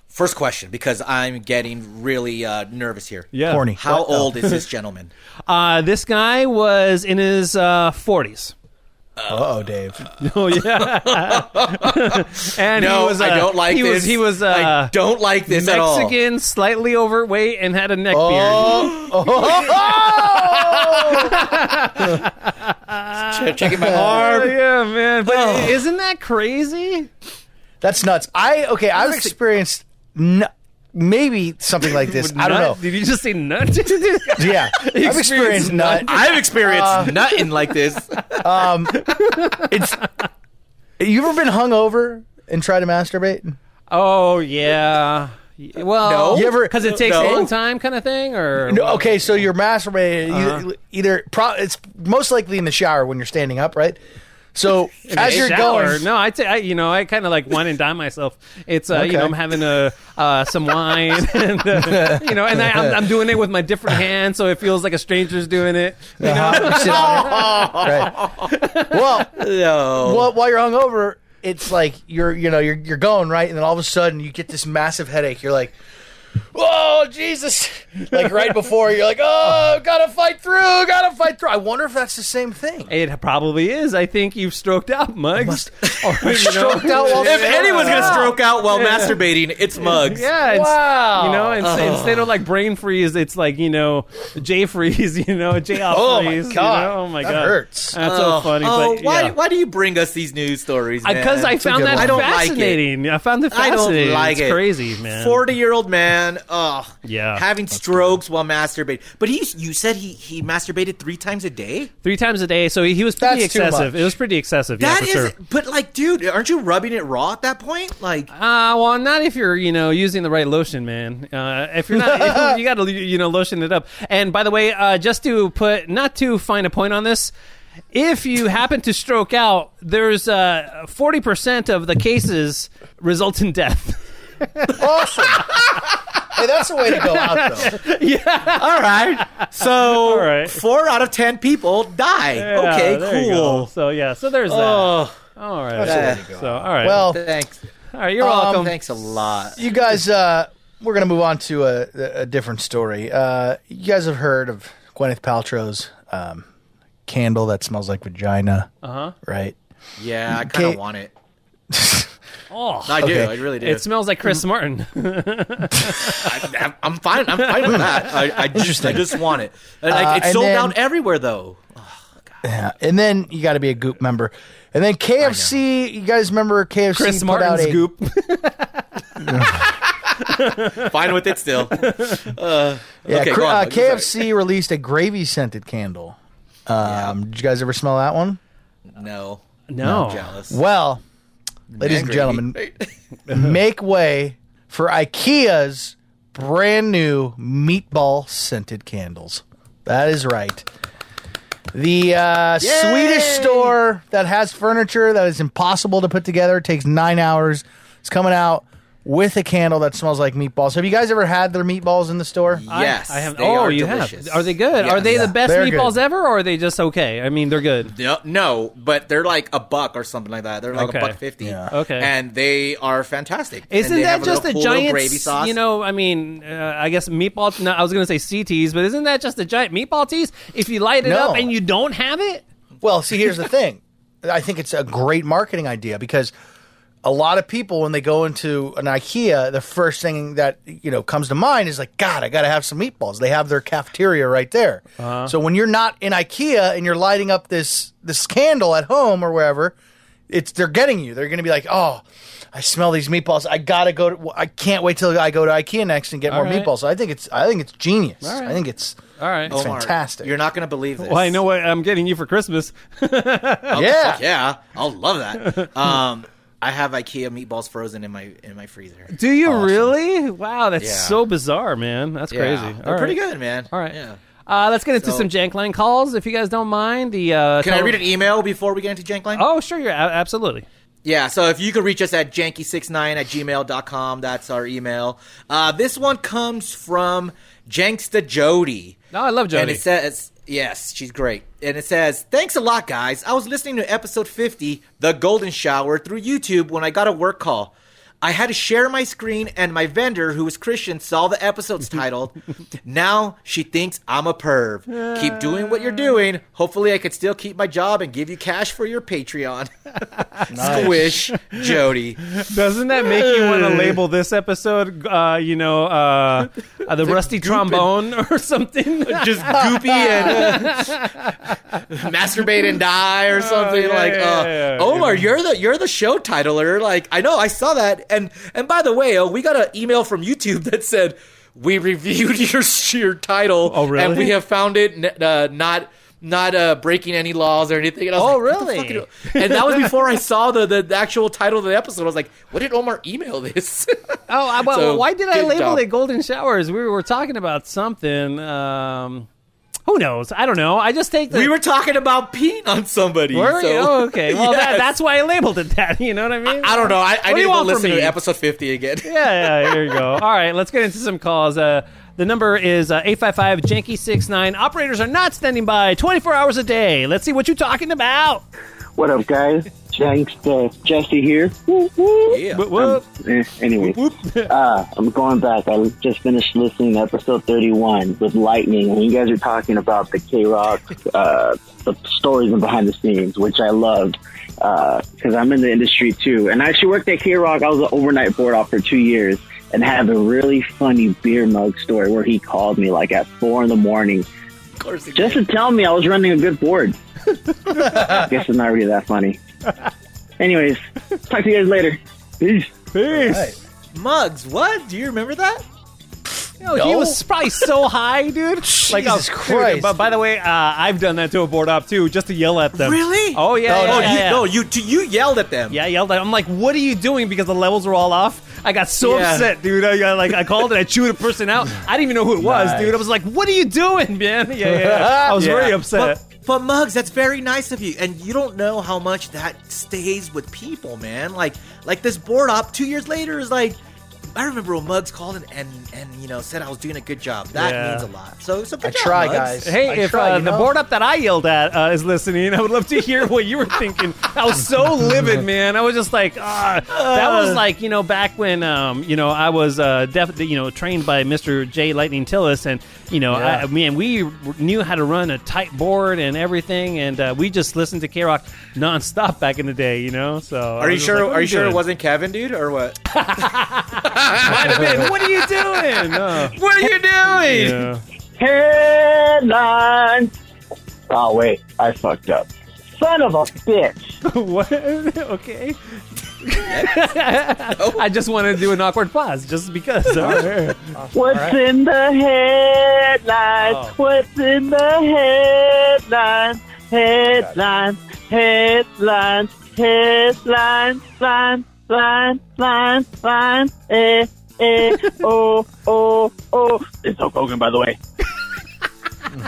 First question, because I'm getting really uh, nervous here. Yeah. Horny. How What the- old is this gentleman? Uh, this guy was in his forties. Uh oh, Dave. oh yeah, and No, he was. Uh, I don't like he Was, this. he was. Uh, I don't like this at all. Mexican, slightly overweight, and had a neck Oh. beard. Oh. Ch- checking my arm. yeah, man. But isn't that crazy? Oh. That's nuts. I okay. I've experienced n- maybe something like this. I don't know. Nut? Did you just say nut? Yeah, I've experienced nut. I've experienced Uh, nothing like this. Um, it's you ever been hungover and try to masturbate? Oh yeah. Y- Well, No. You ever- because it takes No. a long time, kind of thing, or No, okay, so you're masturbating e-, Uh-huh. either, either pro, it's most likely in the shower when you're standing up, right? So In as the you're shower. going, no, I, t- I you know I kind of like wine and dine myself. It's uh, you Okay. know I'm having a uh, some wine, and, uh, you know, and I, I'm, I'm doing it with my different hand, so it feels like a stranger's doing it. You know? Uh-huh. Sit Uh-huh. on it. Right. well, well, while you're hungover, it's like you're you know you're you're going right, and then all of a sudden you get this massive headache. You're like, whoa, Jesus! Like right before you're like, oh, gotta fight through, gotta fight through. I wonder if that's the same thing. It probably is. I think you've stroked out, Muggs. Or, you know- Stroked out while- if anyone's gonna stroke out while Yeah. masturbating, it's mugs. Yeah, it's, Wow. You know, ins- Oh. instead of like brain freeze, it's like you know J freeze. You know J off Oh my freeze. you God. know? Oh my That god, hurts. That's Oh, so funny. oh, but, why- yeah. why do you bring us these news stories? Because I It's a found good that one. I don't like it. fascinating. I found it fascinating. I don't like it's it. crazy, man. Forty-year-old man, oh, Yeah. having strokes while masturbating. But he, you said he he masturbated three times a day. Three times a day, so he, he was pretty That's too excessive. much. It was pretty excessive, yeah, That for is, sure. but like, dude, aren't you rubbing it raw at that point? Like, Uh, well, not if you're, you know, using the right lotion, man. Uh, if you're not, if you, you got to, you know, lotion it up. And by the way, uh, just to put, not to find a point on this, if you happen to stroke out, there's uh, forty percent of the cases result in death. awesome. Hey, that's the way to go out though. yeah. All right. So four out of ten people die. Yeah, okay, there you go. cool. So yeah, so there's Oh. that. All right. That's the way to go. So all right. Well, thanks. All right, you're Um, welcome. Thanks a lot. You guys, uh, we're gonna move on to a, a different story. Uh, you guys have heard of Gwyneth Paltrow's um, candle that smells like vagina, Uh huh. right? Uh-huh. Yeah, I kind of Okay. want it. Oh, I do. I really do. It smells like Chris Martin. I, I'm fine. I'm fine with that. I, I just, I Interesting. just want it. And, Uh, Like, it's and sold then- out everywhere though. Yeah, and then you got to be a Goop member, and then KFC. You guys remember KFC Chris put out Martin's a Goop. fine with it still. Uh, Yeah, okay, Cr- go on, uh, Mike. Sorry. KFC released a gravy scented candle. Um, Did you guys ever smell that one? No, No. I'm jealous. Well, ladies and Angry. gentlemen, make way for IKEA's brand new meatball scented candles. That is right. The uh, Swedish store that has furniture that is impossible to put together takes nine hours. It's coming out with a candle that smells like meatballs. Have you guys ever had their meatballs in the store? Yes, I, have. they oh, are you delicious. have. Are they good? Yeah. are they Yeah. the best They're meatballs good. ever, or are they just okay? I mean, they're good. No, no, but they're like a buck or something like that. They're like Okay. a buck fifty. Okay. and they are fantastic. And Isn't they that have just little a cool little giant? gravy sauce? You know, I mean, uh, I guess meatball. No, I was going to say CTs, but isn't that just a giant meatball teas? If you light it No. up and you don't have it, Well, see, here's the thing. I think it's a great marketing idea because a lot of people, when they go into an IKEA, the first thing that you know comes to mind is like, God, I got to have some meatballs. They have their cafeteria right there. Uh-huh. So when you're not in IKEA and you're lighting up this this candle at home or wherever, it's they're getting you. They're going to be like, Oh, I smell these meatballs. I gotta go. To, I can't wait till I go to IKEA next and get All more right. meatballs. So I think it's I think it's genius. All right. I think it's all right. it's Omar, fantastic. You're not gonna believe this. Well, I know what I'm getting you for Christmas. yeah. Yeah, I'll love that. Um, I have IKEA meatballs frozen in my in my freezer. Do you really? Wow, that's Yeah. so bizarre, man. That's Yeah, crazy. They're All pretty right. good, man. All right. Yeah. Uh, let's get into So- some jank line calls, if you guys don't mind. The uh, Can I tele- read an email before we get into Jankline? Oh, sure. You're a- absolutely. Yeah, so if you could reach us at janky69 at gmail.com, that's our email. Uh, this one comes from Janksta Jody. No, Oh, I love Jody. And it says, yes, she's great. And it says, thanks a lot, guys. I was listening to episode 50, The Golden Shower, through YouTube when I got a work call. I had to share my screen, and my vendor, who is Christian, saw the episodes titled, Now She Thinks I'm a Perv. Keep doing what you're doing. Hopefully, I could still keep my job and give you cash for your Patreon. Squish, Jody. Doesn't that make you want to label this episode, uh, you know, uh, uh, the rusty trombone or something? Just goopy and masturbate and die or something Oh, yeah, like. yeah, uh, yeah, yeah. Omar, you're the you're the show titler. Like I know, I saw that. And and by the way, uh, we got an email from YouTube that said we reviewed your your title. Oh, really? And we have found it n- uh, not. Not uh, breaking any laws or anything. And I was Oh, like, what the really? fuck did- and that was before I saw the, the, the actual title of the episode. I was like, "What did Omar email this?" Oh, I, well, So, why did I good label job. it Golden Showers? We were talking about something. Um, Who knows? I don't know. I just take the. We were talking about peeing on somebody. Were so- you? Oh, okay. Well, that, Yes. that's why I labeled it that. You know what I mean? I don't know. I, What I do need you to go want from listen to me? episode 50 again. yeah, yeah, here you go. All right, let's get into some calls. Uh, the number is uh, 855-JANKY69. Operators are not standing by 24 hours a day. Let's see what you're talking about. What up, guys? Thanks, uh, Jesse here. Yeah. Um, eh, anyway, uh, I'm going back. I just finished listening to episode 31 with Lightning, and you guys are talking about the K Rock, uh, the stories and behind the scenes, which I loved because I'm in the industry too. And I actually worked at K Rock. I was an overnight board op for two years and have a really funny beer mug story where he called me like at four in the morning just to tell me I was running a good board. I guess it's not really that funny. Anyways, talk to you guys later. Peace. Peace. Mugs, what? Do you remember that? No, he was probably so high, dude. like, I was- dude, Christ. But by the way, uh, I've done that to a board op too, just to yell at them. Really? Oh yeah. Oh, yeah, no, yeah, you- yeah. no, you you yelled at them. Yeah, I yelled at. them. I'm like, what are you doing? Because the levels were all off. I got so Yeah. upset, dude. I, I, like I called and I chewed a person out. I didn't even know who it was, dude. I was like, what are you doing, man? Yeah, yeah. I was Yeah. very upset. But, but Muggs, that's very nice of you, and you don't know how much that stays with people, man. Like, like this board op two years later is like, I remember when Muggs called and and, and you know said I was doing a good job. That Yeah. means a lot. So, so good I job, try, Muggs. guys. Hey, if uh, the board up that I yelled at uh, is listening, I would love to hear what you were thinking. I was so livid, man. I was just like, ah. that was like you know back when um, you know I was uh, def- you know trained by Mr. J Lightning Tillis, and you know Yeah. I, man we knew how to run a tight board and everything, and uh, we just listened to K Rock nonstop back in the day, you know. So I Are you was just sure? like, what are you sure it doing? wasn't Kevin, dude, or what? Might have been. What are you doing? Uh, what are you doing? Headlines. Oh wait, I fucked up. Son of a bitch. what? Okay. I just wanted to do an awkward pause just because. What's in the headlines? What's in the headlines? Headlines, headlines, headlines, lines, lines, lines, lines, eh, eh, oh, oh, oh. It's Hulk Hogan, by the way.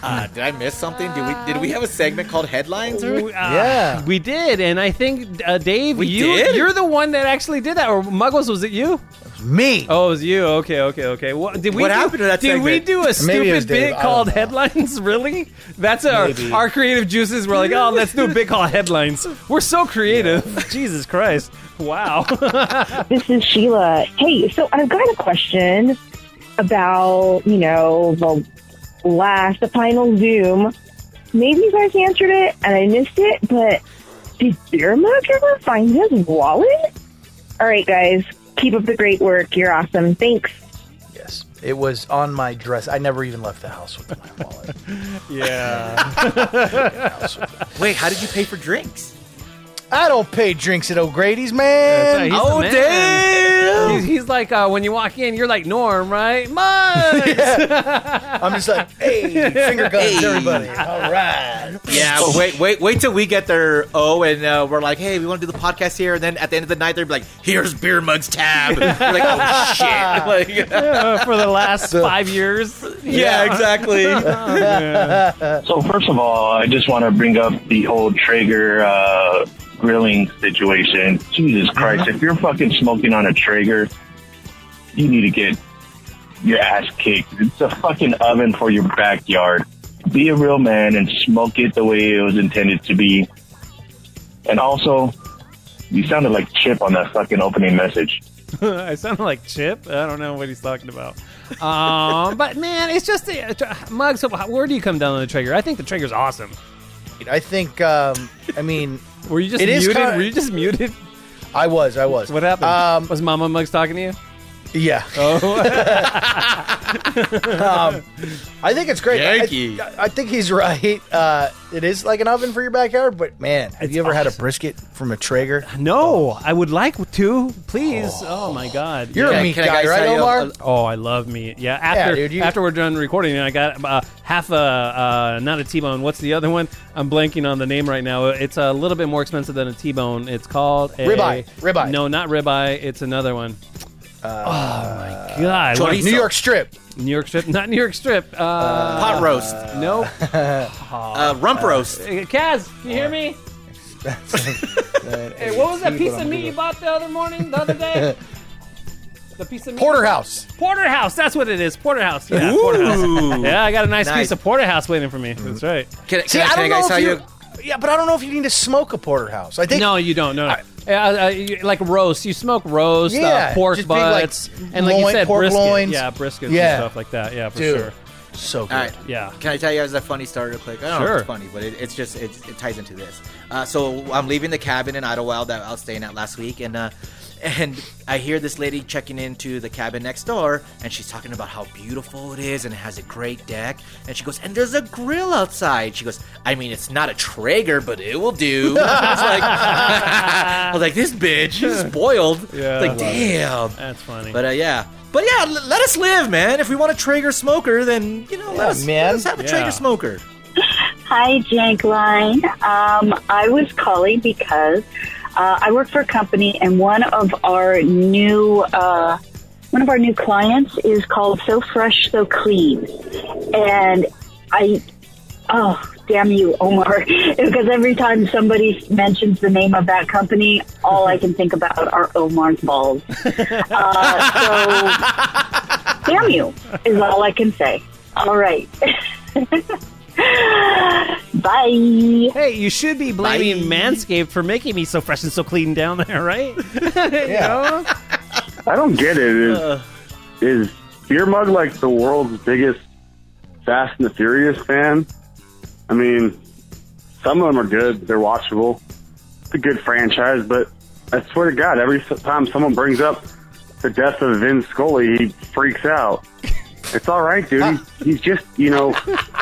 Uh, did I miss something? Did we did we have a segment called headlines? Or? yeah, ah. we did, and I think uh, Dave, We you did? you're the one that actually did that, or Muggles was it you? Me. Oh, it was you. Okay, okay, okay. What did we? What do, happened to that Did we segment? do a Maybe it was stupid Dave, bit I don't called headlines? Really? That's our Maybe. our creative juices. We're like, oh, let's do a bit called headlines. We're so creative. Jesus Christ! Wow. this is Sheila. Hey, so I've got a question about, you know, the last, the final Zoom. Maybe you guys answered it and I missed it, but did Beer Mug ever find his wallet? All right, guys, keep up the great work. You're awesome. Thanks. It was on my dress. I never even left the house with my wallet. yeah. Wait, how did you pay for drinks? I don't pay drinks at O'Grady's, man. oh damn! He's, he's like uh, when you walk in, you're like Norm, right? Muggs. I'm just like, hey, finger guns, Hey. everybody. All right. Yeah, Oh. but wait, wait, wait till we get there. Oh, and uh, we're like, hey, we want to do the podcast here, and then at the end of the night, they're like, here's beer mugs tab. We're like, oh shit! Like, Yeah, uh, for the last five years. Oh, yeah, exactly. Uh, so first of all, I just want to bring up the whole Traeger uh, grilling situation. Jesus Christ, if you're fucking smoking on a Traeger, you need to get your ass kicked. It's a fucking oven for your backyard. Be a real man and smoke it the way it was intended to be. And also, you sounded like Chip on that fucking opening message. I sound like Chip. I don't know what he's talking about. Um, but man, it's just uh, tr- Muggs. so how- Where do you come down on the trigger? I think the trigger's awesome. I think. Um, I mean, were you just it is muted? kinda- Were you just muted? I was. I was. What happened? Um, was Mama Muggs talking to you? Oh. Yeah. um, I think it's great. I- Yankee. I, I think he's right. Uh, it is like an oven for your backyard, but man, have you ever had a awesome. brisket from a Traeger? No, I would like to. Please. Oh, my God. You're a meat guy, right, Omar? oh, I love meat. Yeah. After dude, you- after we're done recording, I got uh, half a uh, not a T-bone. What's the other one? I'm blanking on the name right now. It's a little bit more expensive than a T-bone. It's called a, Ribeye. Ribeye. No, not ribeye. It's another one. Uh, oh my God. Chorizo. New York Strip. New York Strip. Not New York Strip. Uh, Pot roast. No. Uh, rump roast. Kaz, you hear me? Hey, what was that piece of meat you bought the other morning, the other day? The piece of meat. Porterhouse. Porterhouse. That's what it is. Porterhouse. Yeah, Ooh. porterhouse. Yeah, I got a nice, Nice. piece of porterhouse waiting for me. That's right. Can, See, I don't know if you. Yeah, but I don't know if you need to smoke a porterhouse. I think no, you don't. No, no. Yeah, uh, uh, you- like roast. You smoke roast, Yeah, uh, pork just big, like, butts, and like you loin- said, pork brisket. loins. Yeah, briskets Yeah. and stuff like that. Yeah, for Dude, sure. So All right. Yeah. Can I tell you guys a funny story real quick? I don't know if Sure. it's funny, but it, it's just, it, it ties into this. Uh, so I'm leaving the cabin in Idlewild that I was staying at last week, and uh, and I hear this lady checking into the cabin next door, and she's talking about how beautiful it is and it has a great deck. And she goes, and there's a grill outside. She goes, I mean, it's not a Traeger, but it will do. I was like, I was like, this bitch is spoiled. Yeah. Like, damn. That's funny. But uh, yeah. But yeah, l- let us live, man. If we want a Traeger smoker, then you know, let, us, let us have a Yeah. Traeger smoker. Hi, Jank Line. Um, I was calling because uh, I work for a company, and one of our new uh, one of our new clients is called So Fresh, So Clean, and I oh damn you, Omar, because every time somebody mentions the name of that company, all I can think about are Omar's balls. Uh, so damn you is all I can say. All right. Bye. Hey, you should be blaming Manscaped for making me so fresh and so clean down there, right? I don't get it. Is, Uh. is Beer Mug like the world's biggest Fast and the Furious fan? I mean, some of them are good. They're watchable. It's a good franchise, but I swear to God, every s- time someone brings up the death of Vin Scully, he freaks out. It's all right, dude. He's, he's just, you know,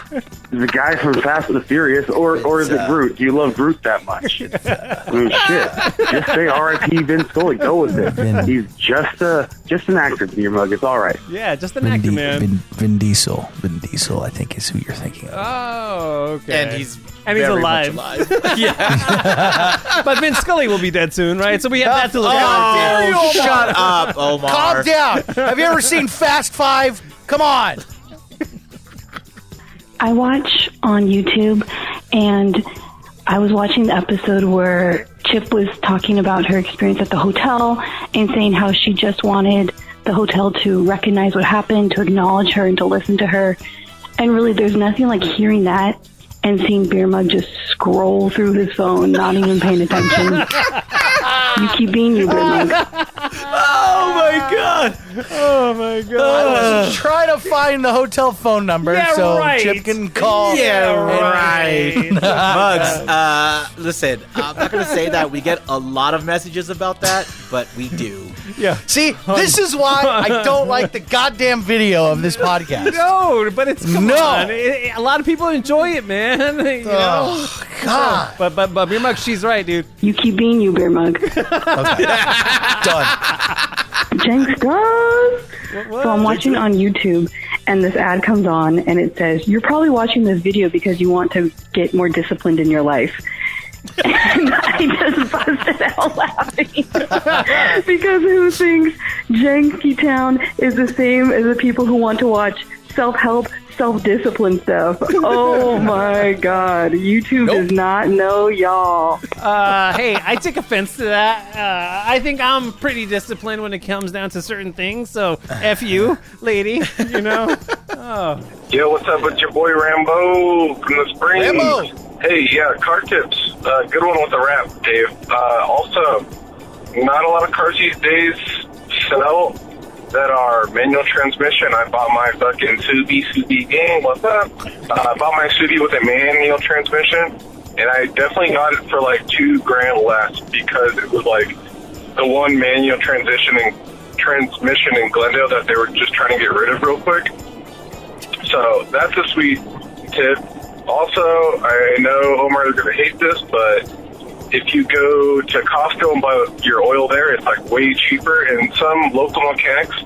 the guy from Fast and the Furious, or or is It's, it uh, Groot? Do you love Groot that much? I mean, shit. Just say R.I.P. Vin Scully. Go with it. He's just a just an actor, beer mug. It's all right. yeah, just an Vin, actor, Di- man. Vin, Vin Diesel. Vin Diesel, I think, is who you're thinking of. Oh, okay. And he's and he's very much alive. yeah. but Vince Scully will be dead soon, right? So we have that to look at. Oh, shut up, Omar. Calm down. Have you ever seen Fast Five? Come on. I watch on YouTube, and I was watching the episode where Chip was talking about her experience at the hotel and saying how she just wanted the hotel to recognize what happened, to acknowledge her, and to listen to her. And really, there's nothing like hearing that and seeing Beer Mug just scroll through his phone, not even paying attention. you keep being you, Beer Mug. Oh my god. Oh my god. try to find the hotel phone number Yeah, so right. Chip can call. Yeah, right. and- Mugs, uh, listen, I'm not gonna say that we get a lot of messages about that, but we do. Yeah. See, this is why I don't like the goddamn video of this podcast. No, but it's come No. on. It- it- a lot of people enjoy it, man. you know? Oh, God. So, but but but Beer Mug, she's right, dude. You keep being you, Beer Mug. Done. Jenks does. So I'm watching on YouTube, and this ad comes on, and it says, "You're probably watching this video because you want to get more disciplined in your life." and I just busted out laughing because who thinks Janky Town is the same as the people who want to watch self-help, self-discipline stuff? Oh my God! YouTube does not know y'all. Uh, hey, I take offense to that. Uh, I think I'm pretty disciplined when it comes down to certain things. So f you, lady. You know. Oh. Yo, what's up? It's your boy Rambo from the Springs. Hey, yeah, car tips. Uh, good one with the rap, Dave. Uh, also, not a lot of cars these days sell that are manual transmission. I bought my fucking Subi Subi gang. What's up? Uh, I bought my Subi with a manual transmission, and I definitely got it for like two grand less because it was like the one manual transitioning transmission in Glendale that they were just trying to get rid of real quick. So that's a sweet tip. Also, I know Omar is going to hate this, but if you go to Costco and buy your oil there, it's like way cheaper. And some local mechanics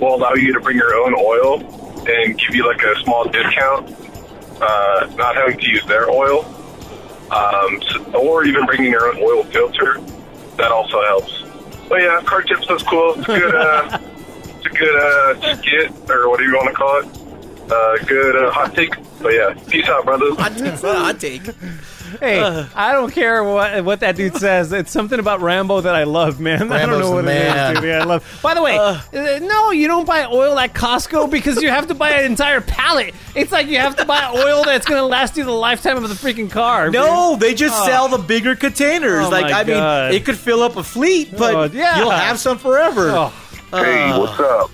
will allow you to bring your own oil and give you like a small discount, uh, not having to use their oil, um, s- or even bringing your own oil filter. That also helps. But yeah, car tips is cool. It's a good, uh, a good uh, skit or whatever you want to call it. Uh, good uh, hot take. But yeah, peace out, brothers. Hot take, hot take. Hey, Uh. I don't care what what that dude says. It's something about Rambo that I love, man. I don't Rambo's know the what man. it is, dude. Yeah, I love. By the way, uh, no, you don't buy oil at Costco because you have to buy an entire pallet. It's like you have to buy oil that's going to last you the lifetime of the freaking car. No, dude. they just Oh. sell the bigger containers. Oh like my I God. mean, it could fill up a fleet, but Oh, yeah. you'll have some forever. Oh. Hey, Uh. what's up?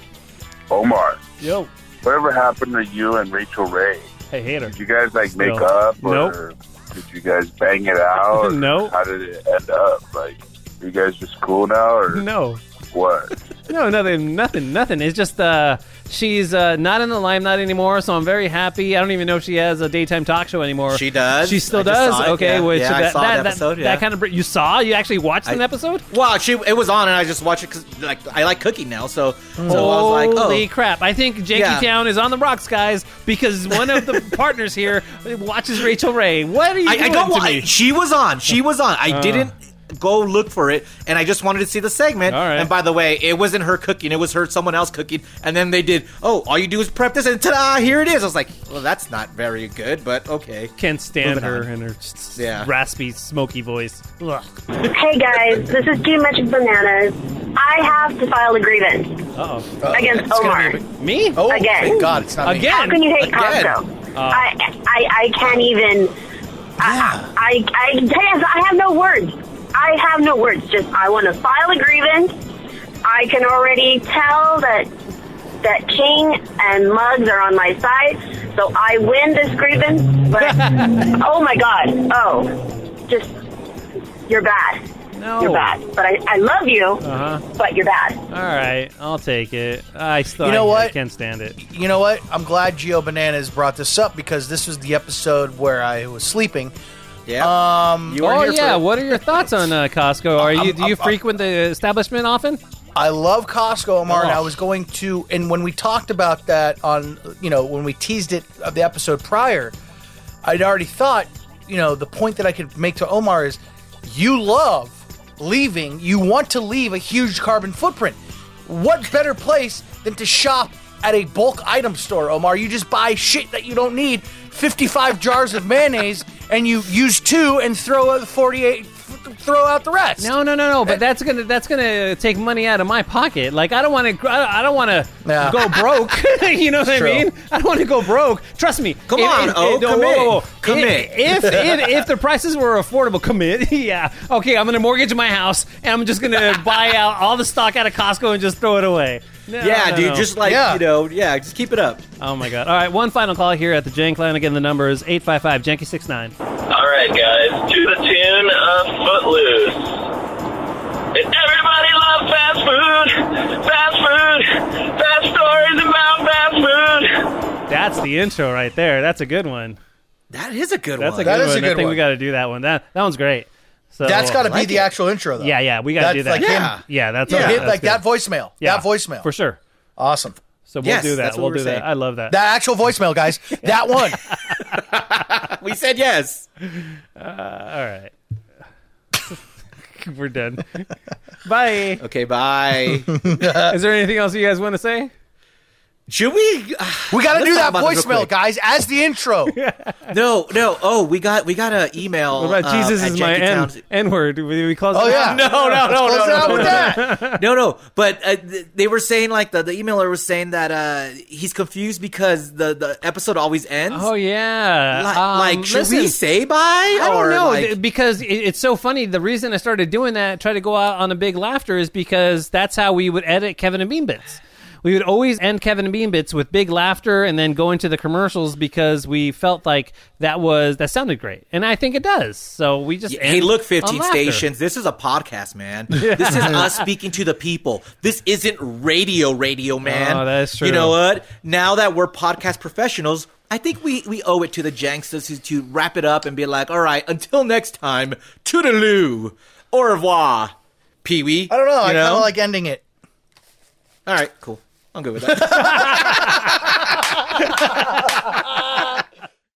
Omar, Yo, whatever happened to you and Rachel Ray? hey, hater. Did you guys like make Still. up or Nope. did you guys bang it out? or Nope. How did it end up? Like, are you guys just cool now or No. what? No, nothing, nothing, nothing. It's just uh, she's uh, not in the limelight anymore, so I'm very happy. I don't even know if she has a daytime talk show anymore. She does. She still I just does. saw it, okay, yeah. which Yeah, I that, saw that, the episode, that, yeah. kind of you saw. You actually watched an I- episode. Wow, she it was on, and I just watched it because like I like cooking now, so so I was like, Holy oh, crap! I think Janky Yeah. Town is on the rocks, guys, because one of the partners here watches Rachel Ray. What are you I, doing I don't to want. me? I- She was on. She was on. I Uh. didn't go look for it, and I just wanted to see the segment. And by the way, it wasn't her cooking; it was her someone else cooking. And then they did. Oh, all you do is prep this, and ta-da! Here it is. I was like, well, that's not very good, but okay. Can't stand Moving her on. and her s- s- Yeah. raspy, smoky voice. Ugh. Hey guys, this is Geometric Bananas. I have to file a grievance. Uh-oh. Uh, Against It's gonna be me? Oh, Again. thank God, it's not me. How can you hate Oh. Costco? I, I I can't even. I, I I yes, I have no words. I have no words. Just I want to file a grievance. I can already tell that that King and Muggs are on my side, so I win this grievance. But oh my God, oh, just you're bad. No. You're bad. But I, I love you. But you're bad. All right, I'll take it. I still, You know I, I what? can't stand it. You know what? I'm glad Geo Bananas brought this up because this was the episode where I was sleeping. Yeah. Um. oh yeah, what are your thoughts on uh, Costco? Are you do you frequent the establishment often? Uh, I love Costco, Omar, and Oh. I was going to. And when we talked about that on, you know, when we teased it of the episode prior, I'd already thought, you know, the point that I could make to Omar is, you love leaving. You want to leave a huge carbon footprint. What better place than to shop at a bulk item store, Omar? You just buy shit that you don't need. Fifty-five jars of mayonnaise, and you use two and throw out the forty-eight. Throw out the rest. No, no, no, no. Eh. But that's gonna that's gonna take money out of my pocket. Like I don't want to I don't want to Yeah. go broke. you know what I True. mean? I don't want to go broke. Trust me. Come If- on, if- O, no, commit. whoa, whoa, whoa. Commit. If if, if the prices were affordable, commit. yeah. Okay, I'm gonna mortgage my house and I'm just gonna buy out all the stock out of Costco and just throw it away. No, yeah, no, dude, no. just like Yeah. you know, yeah, just keep it up. Oh my god. All right, one final call here at the Jank Line. Again, the number is 855 Janky 69. All right, guys, to the tune of Footloose. And everybody loves fast food, fast food, fast stories about fast food. That's the intro right there. That's a good one. That is a good That's one. A good one. I think we got to do that one. That that one's great. So that's got to I like be the it. actual intro, though. Yeah, yeah, we got That's to do that. like him- yeah, yeah, that's yeah, all right. him- That's like good. that voicemail. Yeah. that voicemail for sure. Awesome. So we'll do that. We'll do that. I love that. That actual voicemail, guys. That one. we said yes. Uh, all right. We're done. bye. Okay, bye. Is there anything else you guys want to say? Should we? uh, We got to Let's do talk that about this real voicemail, quick. guys, as the intro. No, no. Oh, we got we got an email. What about um, Jesus at is my Jackie N Towns- N word? We, we close. Oh, it yeah. out? No, no, no, no, Let's close it no, out no, with no. that. no, no. But uh, th- they were saying like the, the emailer was saying that uh, he's confused because the, the episode always ends. Oh yeah. Like, Um, like, should we listen, say bye? I don't or know like- th- because it, it's so funny. The reason I started doing that, try to go out on a big laughter, is because that's how we would edit Kevin and Bean bits. We would always end Kevin and Bean bits with big laughter and then go into the commercials because we felt like that was that sounded great, and I think it does. So we just hey, end look, on 15 laughter. stations. This is a podcast, man. This is us speaking to the people. This isn't radio, radio, man. Oh, that's true. You know what? Now that we're podcast professionals, I think we, we owe it to the Janksters to, to wrap it up and be like, all right, until next time, toodaloo, au revoir, Pee Wee. I don't know. I kind of like ending it. All right, cool. I'm good with that.